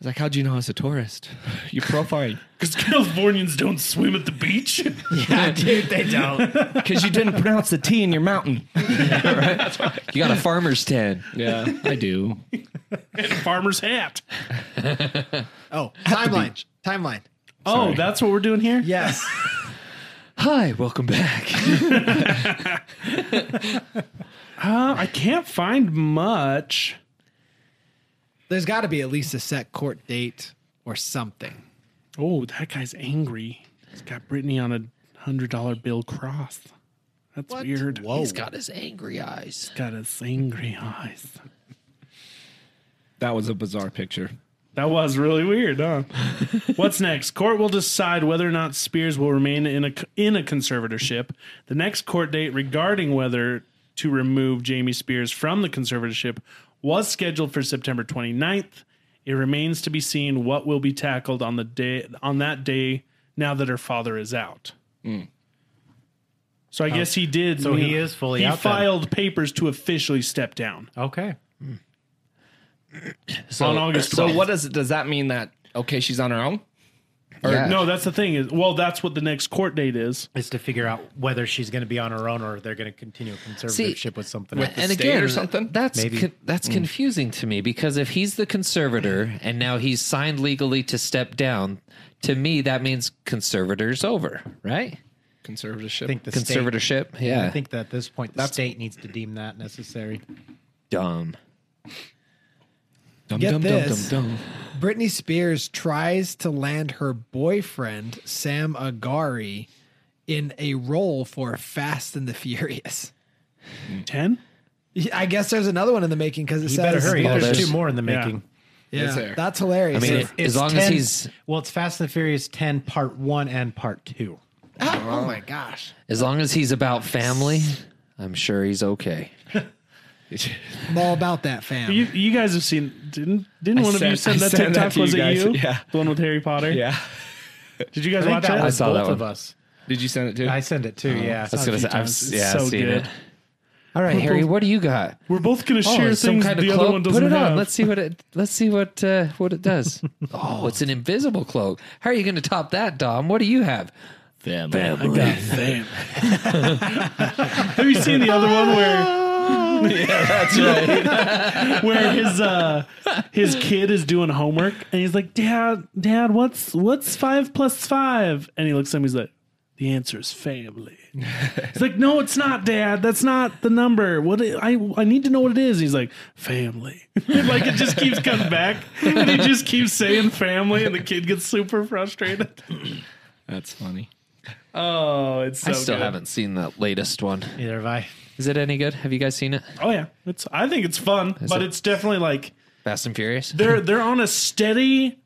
S5: was like, how'd you know I was a <laughs> tourist? You're <laughs> profiling.
S1: Because Californians don't swim at the beach. <laughs>
S5: Yeah, dude, they don't. <laughs> Because you didn't pronounce the T in your mountain.
S2: you got a farmer's tent.
S5: Yeah, I do.
S1: and farmer's hat.
S3: Oh, timeline. Timeline.
S1: Oh, that's what we're doing here?
S3: Yes.
S2: Hi, welcome back.
S1: Uh, I can't find much.
S3: There's got to be at least a set court date or something.
S1: Oh, that guy's angry. He's got Brittany on a hundred dollar bill cross. That's weird.
S3: Whoa.
S2: He's got his angry eyes.
S1: Got his angry eyes.
S5: That was a bizarre picture.
S1: That was really weird, huh? What's next? Court will decide whether or not Spears will remain in a in a conservatorship. The next court date regarding whether to remove Jamie Spears from the conservatorship was scheduled for September 29th. It remains to be seen what will be tackled on the day on that day now that her father is out. So I guess he did.
S4: Oh. So he is fully
S1: He
S4: out then.
S1: filed papers to officially step down
S4: Okay.
S2: So,
S1: on August 12th.
S5: So what does does that mean that okay she's on her own? Or
S2: Yeah.
S1: No, that's the thing is. Well, that's what the next court date is.
S4: Is to figure out whether she's going to be on her own or they're going to continue a conservatorship with something. else.
S2: and
S5: state
S2: again,
S5: or something?
S2: That's
S4: Maybe.
S2: con- that's confusing to me because if he's the conservator and now he's signed legally to step down, to me that means conservator's over, right?
S5: conservatorship?
S4: I think the state,
S2: Conservatorship, yeah.
S4: I think that at this point the state needs to deem that necessary.
S2: dumb.
S5: dum,
S3: Get this. Britney Spears tries to land her boyfriend, Sam Agari, in a role for Fast and the Furious.
S1: Ten.
S3: Yeah, I guess there's another one in the making because it
S4: You
S3: says
S4: better hurry.
S2: Well,
S4: There's
S2: there's-
S4: two more in the
S1: yeah.
S4: making.
S5: Yes,
S3: Yeah,
S5: sir.
S3: that's hilarious.
S2: I mean,
S3: If-
S2: it- as long as
S4: 10
S2: he's
S4: well, it's Fast and the Furious ten, part one and part two.
S3: oh, oh my gosh,
S2: as long as he's about family, I'm sure he's okay.
S5: <laughs>
S3: I'm all about that fam.
S1: You, you guys have seen didn't didn't
S5: I
S1: one of you send
S5: sent- I
S1: that
S5: sent that
S1: TikTok
S5: to you
S1: was it
S5: guys,
S1: you?
S5: yeah.
S1: The one with Harry Potter.
S5: Yeah.
S1: Did you guys
S4: I think
S1: watch
S4: that
S1: that?
S4: was
S2: I saw
S4: both
S2: that
S4: of
S2: one. Oh.
S4: us.
S5: Did you send it too?
S4: I send it too. yeah.
S2: I was gonna say, I've,
S1: times.
S2: s-
S1: It's
S2: yeah,
S1: so
S2: I've seen
S1: good.
S2: it. All right, Harry,
S1: cool.
S2: what do you got?
S1: We're both gonna share
S2: Oh, it's
S1: things the other
S2: cloak.
S1: one doesn't
S2: Put it
S1: have.
S2: on.
S1: <laughs>
S2: Let's see what it. Let's see what uh, what it does. oh, it's an invisible cloak. How are you going to top that, Dom? What do you have?
S1: I got fame. have you seen the other one where <laughs> where his uh his kid is doing homework and he's like, Dad, Dad, what's what's five plus five? And he looks at him, he's like, The answer is
S2: <laughs>
S1: family. It's like, no, it's not, Dad. That's not the number. What I I need to know what it is. He's like, family. <laughs> like it just keeps coming back, and he just keeps saying family, and the kid gets super frustrated.
S2: <clears throat>
S5: That's funny.
S1: Oh, it's so
S2: I still
S1: good.
S2: haven't seen that latest one.
S4: Neither have I. <laughs>
S2: Is it any good? Have you guys seen it?
S1: Oh yeah, it's. I think it's fun, but
S2: it-
S1: it's definitely like
S2: Fast and Furious.
S1: they're they're on a steady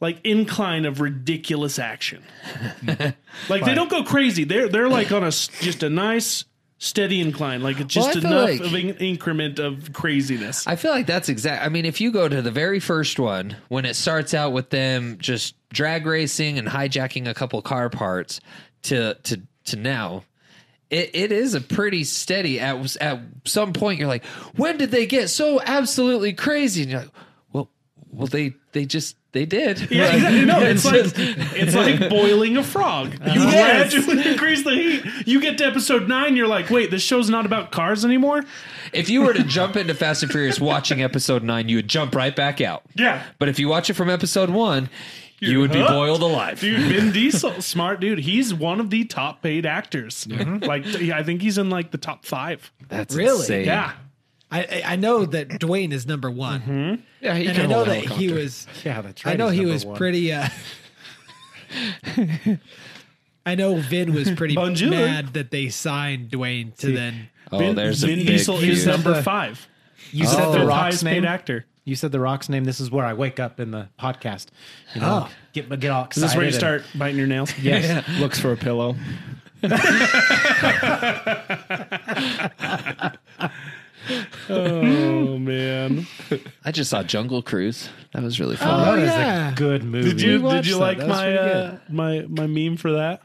S1: like incline of ridiculous action. like they don't go crazy. They're they're like on a s- just a nice steady incline. Like it's
S2: Well, I
S1: just
S2: feel
S1: enough
S2: like-
S1: of an increment of craziness.
S2: I feel like that's exact. I mean, if you go to the very first one, when it starts out with them just drag racing and hijacking a couple car parts, to to to now, it, it is a pretty steady. At at some point, you're like, when did they get so absolutely crazy? And you're like, well, well, they they just they did.
S1: Yeah,
S2: Like,
S1: exactly. No, it's like
S2: just-
S1: it's like
S2: <laughs>
S1: boiling a frog.
S2: Uh-huh.
S1: You gradually increase the heat. You get to episode nine, you're like, wait, this show's not about cars anymore.
S2: if you were to jump into Fast and Furious watching episode nine, you would jump right back out.
S1: Yeah.
S2: But if you watch it from episode one, you would be boiled alive.
S1: Dude, Vin Diesel, smart dude. He's one of the top paid actors. Like, yeah, I think he's in like the top five.
S2: That's
S3: Really?
S2: insane.
S1: Yeah.
S3: I I- I know that Dwayne is number one,
S1: Mm-hmm.
S5: Yeah, he
S3: and I know that he was.
S4: Yeah, that's
S3: I
S4: right,
S3: know
S4: he's
S3: he
S4: number
S3: was
S4: one.
S3: pretty. Uh, <laughs> I know Vin was <laughs> pretty
S1: Bonjour.
S3: mad that they signed Dwayne to then.
S2: Oh,
S1: Vin,
S2: there's
S1: Vin
S2: a big
S1: Diesel is
S2: feud.
S1: number five.
S4: You said the
S1: Fifth
S4: Rock's
S1: highest paid
S4: name.
S1: actor.
S4: You said the Rock's name. This is where I wake up in the podcast. You know,
S3: Oh.
S4: get get all
S1: Is
S4: excited.
S1: Ah. this where you
S4: and-
S1: start biting your nails?
S4: Yes.
S5: looks for a pillow.
S1: Oh
S2: <laughs>
S1: man.
S2: I just saw Jungle Cruise. That was really <gasps>
S4: Oh,
S2: fun.
S4: that is
S3: yeah.
S4: a good movie.
S1: Did you did
S3: watched
S1: you
S3: that.
S1: like
S3: That was
S1: my uh,
S3: pretty
S1: my my meme for that?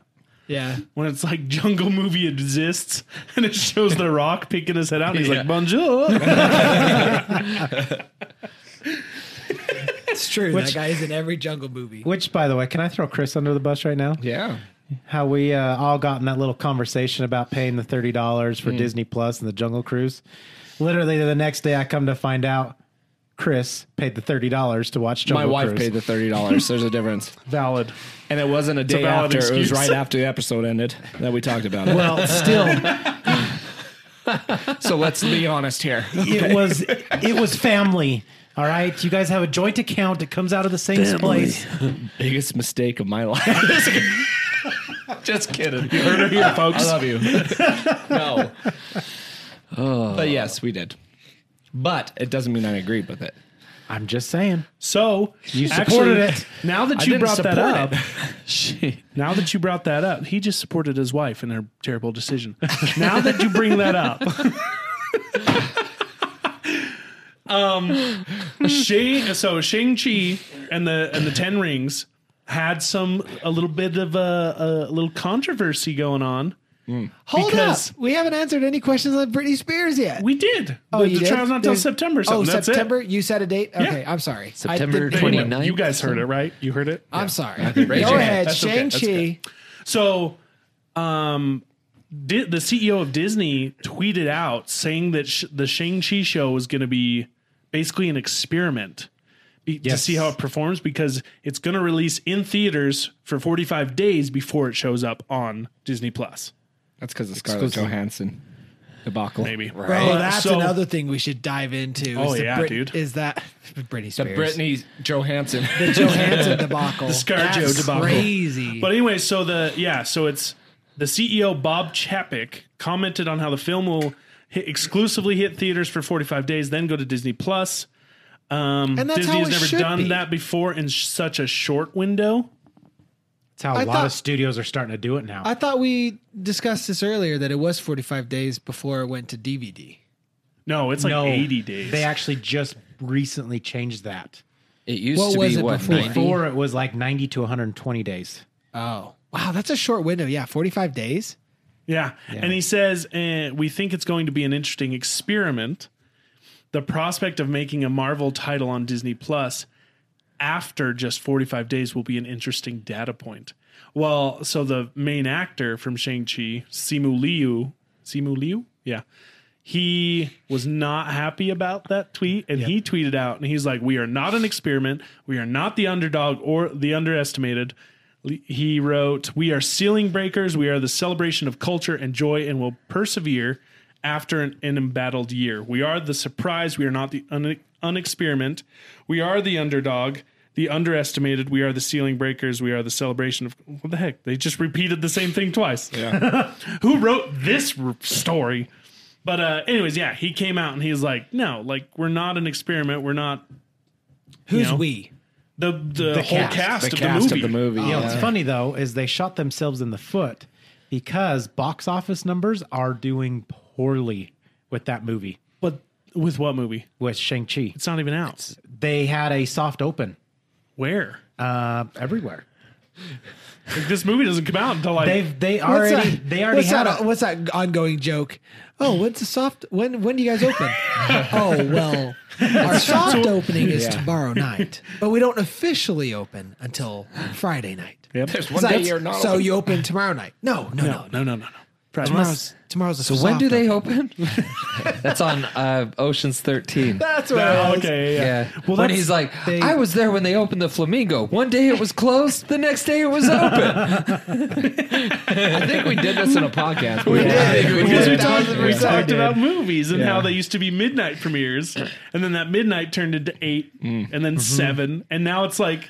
S3: Yeah,
S1: When it's like jungle movie exists <laughs> and it shows the rock peeking his head out and he's like,
S2: <laughs>
S1: Bonjour.
S3: it's true.
S4: Which-
S3: that guy is in every jungle movie.
S4: Which, by the way, can I throw Chris under the bus right now?
S5: Yeah.
S4: How we uh, all got in that little conversation about paying the thirty dollars
S1: Hmm.
S4: for Disney Plus and the Jungle Cruise. Literally, the next day, I come to find out Chris paid the thirty dollars to watch
S5: My
S4: Jungle
S5: wife
S4: Cruise.
S5: paid the thirty dollars. There's a difference.
S1: Valid.
S5: <laughs> And it wasn't a
S1: a
S5: day
S1: valid
S5: after. It was
S1: excuse.
S5: right after the episode ended that we talked about it.
S1: <laughs>
S4: well, still,
S5: so let's be honest <laughs> here.
S4: it was it was family. All right, you guys have a joint account. It comes out of the same place.
S5: Biggest mistake of my life. <laughs> Just kidding. You heard it here, folks. I love you. <laughs> Oh. no. But yes, we did. But it doesn't mean I agreed with it.
S4: I'm just saying.
S1: So
S4: You supported it.
S1: Now that
S5: I
S1: you
S5: didn't
S1: brought that
S5: support
S1: up, now that you brought that up, he just supported his wife in her terrible decision. now that you bring that up, <laughs> um, Shang, so Shang Chi and the and the Ten Rings had some a little bit of a, a little controversy going on.
S3: Hold
S1: Because-
S3: up, we haven't answered any questions on Britney Spears yet.
S1: We did.
S3: Oh,
S1: the
S3: you
S1: the
S3: did?
S1: trial's not until
S3: There's-
S1: September. Or
S3: Oh,
S1: something. That's it.
S3: September. You set a date. Okay, I'm sorry. I
S2: September
S3: didn't-
S2: 20
S1: Anyway,
S2: 29th?
S1: you guys heard it, right? You heard it.
S3: I'm sorry.
S2: raise
S3: Go
S2: your
S3: ahead,
S1: That's okay.
S3: Shang
S1: That's
S3: Chi.
S1: okay. So, um, di- the CEO of Disney tweeted out saying that sh- the Shang Chi show was going to be basically an experiment be- to
S4: Yes.
S1: see how it performs because it's going to release in theaters for 45 days before it shows up on Disney Plus.
S5: That's because of Scarlett Johansson debacle.
S1: Maybe right.
S3: Bro, Oh, that's
S1: So-
S3: another thing we should dive into. is
S1: Oh,
S3: the
S1: yeah, dude.
S3: Is that <laughs> Britney
S5: The
S3: Spears?
S5: Brittany <laughs> Johansson.
S3: the <laughs> Johansson debacle. The
S1: ScarJo debacle.
S3: Crazy.
S1: But anyway, so the yeah, so it's the CEO Bob Chapek commented on how the film will hit, exclusively hit theaters for 45 days, then go to Disney Plus. Um,
S3: And that's
S1: Disney
S3: how
S1: has
S3: it
S1: never
S3: should
S1: done
S3: be.
S1: that before in sh- such a short window.
S4: That's how a
S3: I
S4: lot
S3: thought-
S4: of studios are starting to do it now.
S3: I thought we discussed this earlier that it was 45 days before it went to DVD.
S1: No, it's like
S4: No,
S1: 80 days.
S4: They actually just recently changed that.
S2: It used
S3: What
S2: to
S3: was
S2: be
S3: it
S2: what
S3: before?
S2: 90?
S4: Before it was like 90 to 120 days.
S3: Oh, wow, that's a short window. Yeah, 45 days.
S1: Yeah. And he says, eh, we think it's going to be an interesting experiment. The prospect of making a Marvel title on Disney Plus after just 45 days will be an interesting data point. Well, so the main actor from Shang-Chi, Simu Liu, Simu Liu? Yeah. He was not happy about that tweet and he tweeted out and he's like, We are not an experiment. We are not the underdog or the underestimated. Le- He wrote, We are ceiling breakers. We are the celebration of culture and joy and will persevere after an, an embattled year. We are the surprise. We are not the un, unexperiment. We are the underdog, the underestimated. We are the ceiling breakers. We are the celebration of what the heck? They just repeated the same thing twice. <laughs> Who wrote this r- story? But uh, anyways, yeah, he came out and he's like, no, like we're not an experiment. We're not
S3: Who's
S1: know.
S3: we?
S1: the the, whole
S4: cast.
S1: cast,
S5: the
S1: of,
S5: cast
S1: the
S5: of the
S1: movie.
S3: Oh,
S5: movie.
S4: You know,
S5: yeah.
S4: what's funny though is they shot themselves in the foot because box office numbers are doing poorly with that movie,
S1: But with what movie?
S4: with Shang-Chi.
S1: It's not even out.
S4: They had a soft open
S1: Where?
S4: uh, everywhere.
S1: Like, this movie doesn't come out until like
S4: They've they already they already
S3: what's
S4: had
S3: that,
S4: a,
S3: what's that ongoing joke? Oh, when's the soft? When when do you guys <laughs> open? oh <laughs> well, our soft opening is tomorrow night, but we don't officially open until Friday night.
S5: There's one
S3: It's
S5: day
S3: like,
S5: you're not.
S3: so you open tomorrow night? No, no, no, no.
S1: no no no no. Pride Month.
S3: Tomorrow's tomorrow's a
S2: So when do
S3: soft
S2: they
S3: open.
S2: open? <laughs> that's on uh, Ocean's 13.
S4: That's
S1: Yeah,
S4: right.
S1: okay, yeah.
S2: yeah.
S1: Well,
S2: when
S1: that's-
S2: he's like,
S3: they-
S2: I was there when they opened the Flamingo. One day it was closed, the next day it was open.
S5: I think we did this in a podcast. <laughs> We
S4: did.
S5: We
S1: Because we
S4: Yeah.
S1: talked, we
S4: Yeah.
S1: talked
S4: Yeah.
S1: about movies and how they used to be midnight premieres, <clears throat> and then that midnight turned into eight, and then seven, and now it's like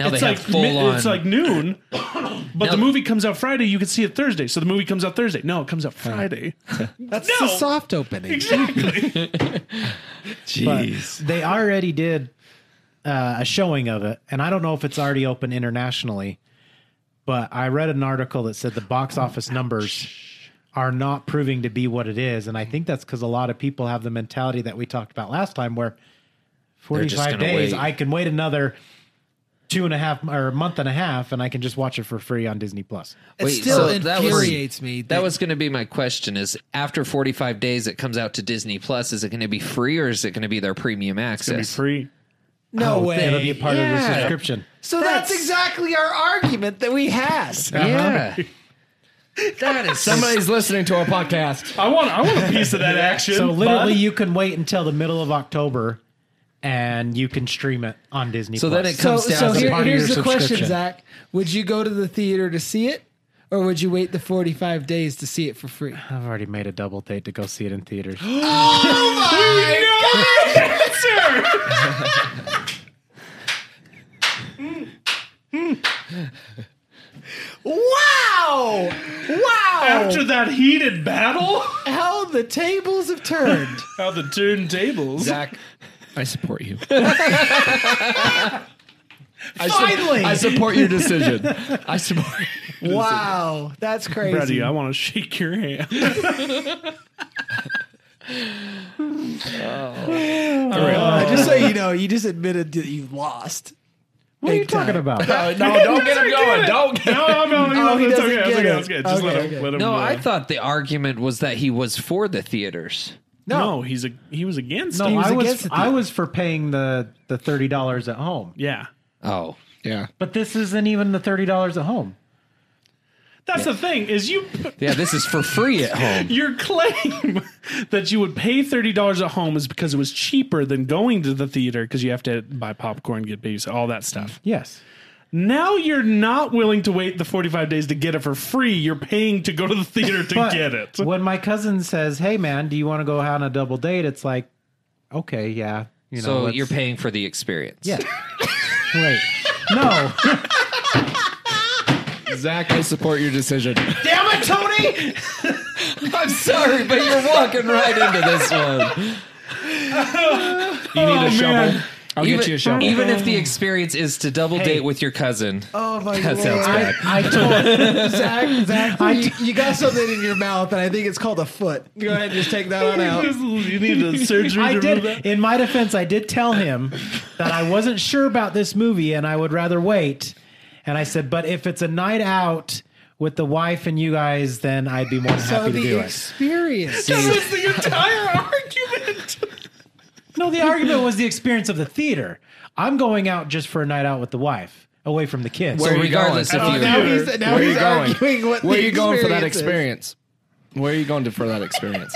S2: Now
S1: it's
S2: they
S1: like
S2: have full
S1: mi-
S2: on.
S1: it's like noon. But the
S2: Now-
S1: movie comes out Friday. You can see it Thursday. So the movie comes out Thursday. No, it comes out Friday.
S3: That's
S1: No.
S3: the soft opening.
S1: exactly.
S4: But they already did uh, a showing of it, and I don't know if it's already open internationally. But I read an article that said the box office numbers are not proving to be what it is, and I think that's because a lot of people have the mentality that we talked about last time, where
S2: just
S4: forty-five
S2: gonna
S4: days
S2: wait.
S4: I can wait another two and a half or a month and a half, and I can just watch it for free on Disney Plus.
S3: It
S2: Wait,
S3: still
S2: so that was-
S3: infuriates me.
S2: that was going to be my question is after 45 days it comes out to Disney Plus is it going to be free or is it going to be their premium
S1: Be
S2: access?
S1: free.
S3: no way.
S4: It'll be a part of the
S2: yeah.
S4: subscription.
S3: so that's, exactly our argument that we had.
S4: Uh-huh.
S2: Yeah. that is
S5: Somebody's listening to our podcast.
S1: I want. I want a piece of that action.
S4: So literally,
S1: bud.
S4: you can wait until the middle of October, and you can stream it on Disney.
S2: So
S4: Plus.
S2: then it comes down
S3: so
S2: to
S3: here-
S4: part of
S3: here's
S4: your
S3: the question,
S4: subscription.
S3: Zach: Would you go to the theater to see it, or would you wait the 45 days to see it for free?
S4: I've already made a double date to go see it in theaters.
S3: Wow! Wow!
S1: after that heated battle, <laughs>
S3: How the tables have turned.
S1: how the turntables.
S5: Zach, I support you. I su-
S3: Finally!
S5: I support your decision.
S3: <laughs>
S5: I support.
S3: wow, that's crazy.
S1: Brady, I want to shake your hand.
S3: Uh, just so you know, you just admitted that you lost.
S4: <gasps> What are you talking about?
S5: No, no, don't get him going. Don't get.
S1: No, no, no,
S3: Oh,
S1: no.
S3: he
S1: That's
S3: doesn't
S1: okay. That's
S3: get
S1: okay.
S3: it.
S1: That's good. Just let
S3: Okay,
S1: him.
S3: okay.
S1: Let him.
S2: No,
S1: uh,
S2: I thought the argument was that he was for the theaters.
S1: No, he's a. He was against.
S4: No,
S1: it.
S4: I
S3: against
S4: was
S3: it.
S4: I was for paying the the thirty dollars at home,
S1: Yeah.
S2: Oh.
S5: Yeah.
S4: but this isn't even the thirty dollars at home.
S1: That's the thing is you
S2: Yeah, this is for
S5: <laughs>
S2: free at home.
S1: your claim <laughs> that you would pay thirty dollars at home is because it was cheaper than going to the theater because you have to buy popcorn, get beers, all that stuff.
S4: Yes,
S1: Now you're not willing to wait the forty five days to get it for free. You're paying to go to the theater to
S4: But
S1: get it.
S4: When my cousin says, "Hey, man, do you want to go out on a double date?" It's like, okay, yeah, you know.
S2: So
S4: let's-
S2: you're paying for the experience.
S4: <laughs> Yeah. Wait, no.
S5: Zach, I support your decision.
S3: Damn it, Tony!
S2: <laughs> I'm sorry, but you're walking right into
S5: <laughs>
S2: this one.
S5: You need a shovel.
S1: Oh, man.
S5: I'll get you a shovel.
S2: Even if the experience is to double date with your cousin.
S3: Oh my <laughs>
S2: That
S3: god.
S2: sounds bad. <laughs>
S4: I told
S3: Zach, Zach, you, you got something in your mouth, and I think it's called a foot. Go ahead and just take that one out.
S1: you need a surgery
S4: I
S1: to remove
S4: <laughs> did.
S1: that.
S4: In my defense, I did tell him that I wasn't sure about this movie and I would rather wait. And I said, but if it's a night out with the wife and you guys, then I'd be more than
S3: So
S4: happy to do
S3: the
S4: it.
S3: experience.
S1: That's the entire argument.
S4: No, the argument was the experience of the theater. I'm going out just for a night out with the wife, away from the kids.
S2: So
S5: Where are you
S2: regardless
S5: going?
S2: if you
S3: Oh, now he's, now
S5: Where are
S3: he's
S5: you going?
S3: arguing what
S5: Where are
S3: the
S5: you going for that
S3: is.
S5: experience? Where are you going to for that experience?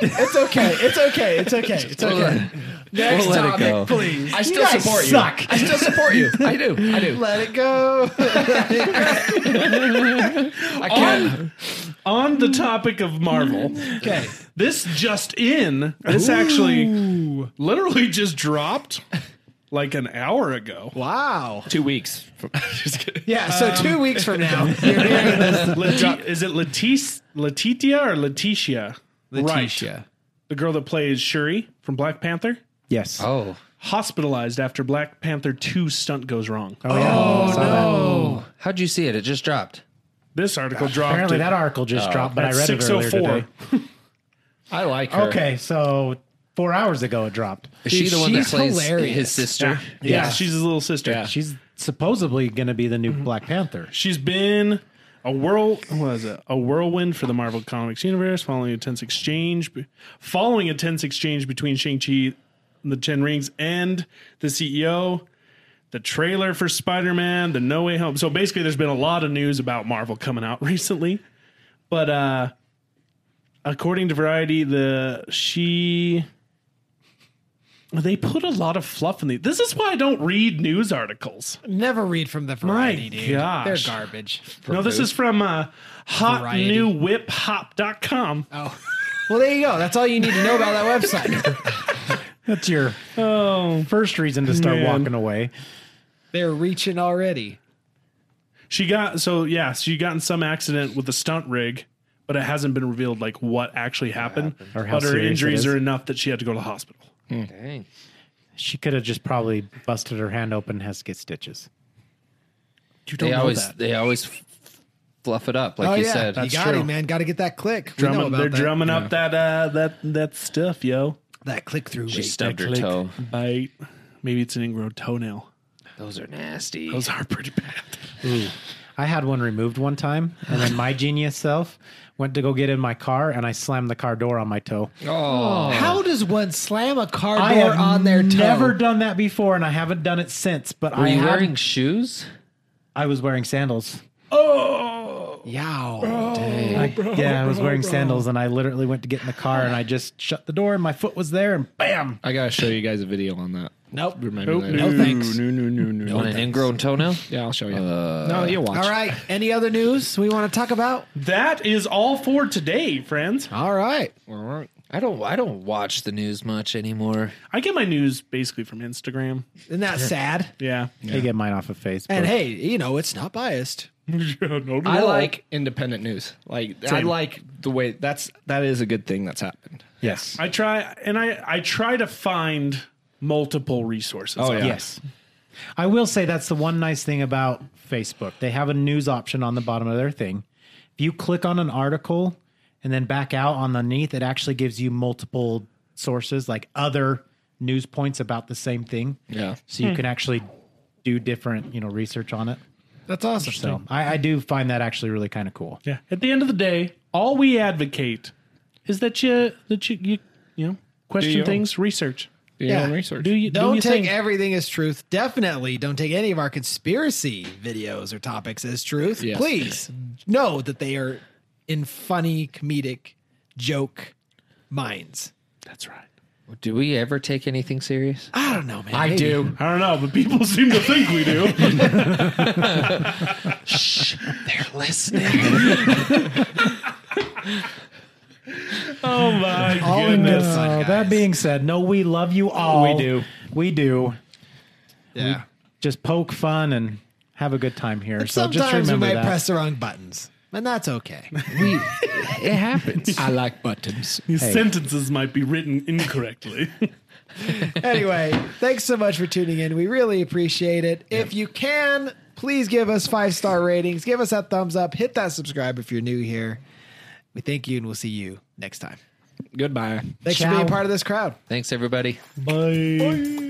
S3: It's okay. It's okay. It's okay. <laughs> It's okay. Next
S2: we'll let it
S3: topic,
S2: go.
S3: please.
S5: I still
S4: You guys
S5: support
S4: suck.
S5: you. I still support you. I do. I do.
S3: Let it go.
S5: I can't.
S1: On the topic of Marvel,
S3: okay.
S1: This just in. This actually literally just dropped like an hour ago.
S3: Wow.
S5: Two weeks. Just kidding.
S3: Yeah. So two weeks from now, you're hearing this.
S1: Lati- is it Letice, Letitia or Letitia? Right. The girl that plays Shuri from Black Panther.
S4: Yes.
S2: Oh.
S1: Hospitalized after Black Panther 2 stunt goes wrong.
S4: Oh,
S2: How'd you see it? It just dropped.
S1: This article dropped.
S4: Apparently,
S1: at- oh
S4: that article just dropped, but I
S1: at
S4: read it earlier today.
S5: I like her.
S4: Okay, so four hours ago it dropped.
S2: Is she
S3: Dude,
S2: the one that
S3: she's
S2: plays
S3: hilarious.
S2: his sister?
S1: Yeah, she's his little sister.
S5: Yeah.
S4: She's supposedly going to be the new Black Panther.
S1: She's been a whirl what is it? A whirlwind for the Marvel Comics universe, following a tense exchange be- following a tense exchange between Shang-Chi and the Ten Rings and the CEO. The trailer for Spider-Man, the No Way Home. So basically there's been a lot of news about Marvel coming out <laughs> recently. But uh according to Variety, the she they put a lot of fluff in the. This is why I don't read news articles.
S3: Never read from the variety, dude.
S1: gosh.
S3: They're garbage.
S1: No, this is from uh, hotnewwhiphop.com.
S3: Oh. Well, there you go. That's all you need to know about that website.
S4: That's your
S1: Oh,
S4: first reason to start
S1: Man.
S4: walking away.
S3: They're reaching already.
S1: She got so yeah, she got in some accident with a stunt rig, but it hasn't been revealed like what actually happened.
S4: Or how
S1: but her
S4: serious it
S1: injuries
S4: is.
S1: are enough that she had to go to the hospital.
S2: Dang.
S4: She could have just probably busted her hand open and has to get stitches.
S1: You don't
S2: They
S1: know
S2: always
S1: that.
S2: they always f- fluff it
S5: Oh,
S3: Oh,
S2: up, like you said.
S3: you got it, man. Got to get that click. We know
S1: Drumming,
S3: about
S1: they're
S3: that.
S1: drumming up that uh that that stuff, yo.
S3: that click through.
S2: she stubbed her
S1: Click,
S2: toe.
S1: bite. Maybe it's an ingrown toenail.
S2: Those are nasty.
S1: Those are pretty bad.
S4: I had one removed one time, and then my genius self went to go get in my car, and I slammed the car door on my toe.
S2: oh,
S3: How does one slam a car
S4: I
S3: door
S4: have
S3: on their toe?
S4: never done that before, and I haven't done it since. But
S2: were
S4: I
S2: you
S4: had-
S2: wearing shoes?
S4: I was wearing sandals.
S1: Oh!
S5: Oh,
S3: Yow.
S2: Oh,
S4: I- yeah, I was wearing sandals, and I literally went to get in the car, and I just shut the door, and my foot was there, and bam!
S5: I gotta show you guys a video on that.
S3: Nope.
S5: Remind me later.
S3: No thanks.
S1: No, no, no, no.
S2: On an ingrown toenail?
S5: Yeah, I'll show you. no, you watch.
S3: All right. Any other news we want to talk about?
S1: That is all for today, friends.
S3: All right.
S5: All right.
S2: I don't. I don't watch the news much anymore.
S1: I get my news basically from Instagram.
S3: Isn't that sad?
S1: Yeah.
S4: I get mine off of Facebook.
S3: And hey, you know, it's not biased.
S5: I like independent news. Like I
S1: Same.
S5: like the way that's that is a good thing that's happened.
S4: yes,
S1: I try and I I try to find multiple resources.
S5: Oh, yeah.
S4: yes. I will say that's the one nice thing about Facebook. They have a news option on the bottom of their thing. If you click on an article and then back out underneath, it actually gives you multiple sources, like other news points about the same thing.
S5: Yeah.
S4: So you can actually do different, you know, research on it.
S3: That's awesome.
S4: So I, I do find that actually really kind of cool.
S1: Yeah. At the end of the day, all we advocate is that you that you you, you know question
S5: you.
S1: things, research.
S5: Do your
S3: Yeah.
S5: own research.
S1: Do you do
S3: Don't
S1: you
S3: take
S1: think?
S3: everything as truth. Definitely don't take any of our conspiracy videos or topics as truth.
S5: Yes.
S3: Please know that they are in funny, comedic, joke minds.
S1: That's right.
S2: Do we ever take anything serious?
S3: I don't know, man.
S5: I
S3: Maybe.
S5: do.
S1: I don't know, but people <laughs> seem to think we
S5: <laughs>
S1: do.
S2: They're listening.
S1: oh my goodness.
S4: Uh, that being said, no, we love you all.
S5: We do.
S4: We do.
S3: Yeah.
S4: Just poke fun and have a good time here. so just
S3: Sometimes we
S4: remember
S3: might
S4: that.
S3: press the wrong buttons, and that's okay.
S2: it
S5: <laughs>
S2: happens.
S5: I like buttons.
S1: These sentences might be written
S5: <laughs>
S1: incorrectly.
S3: anyway, thanks so much for tuning in. We really appreciate it. If you can, please give us five star ratings, give us that thumbs up, hit that subscribe if you're new here. We thank you, and we'll see you next time.
S5: Goodbye.
S3: Thanks for
S4: Ciao.
S3: being part of this crowd.
S2: Thanks, everybody.
S1: Bye.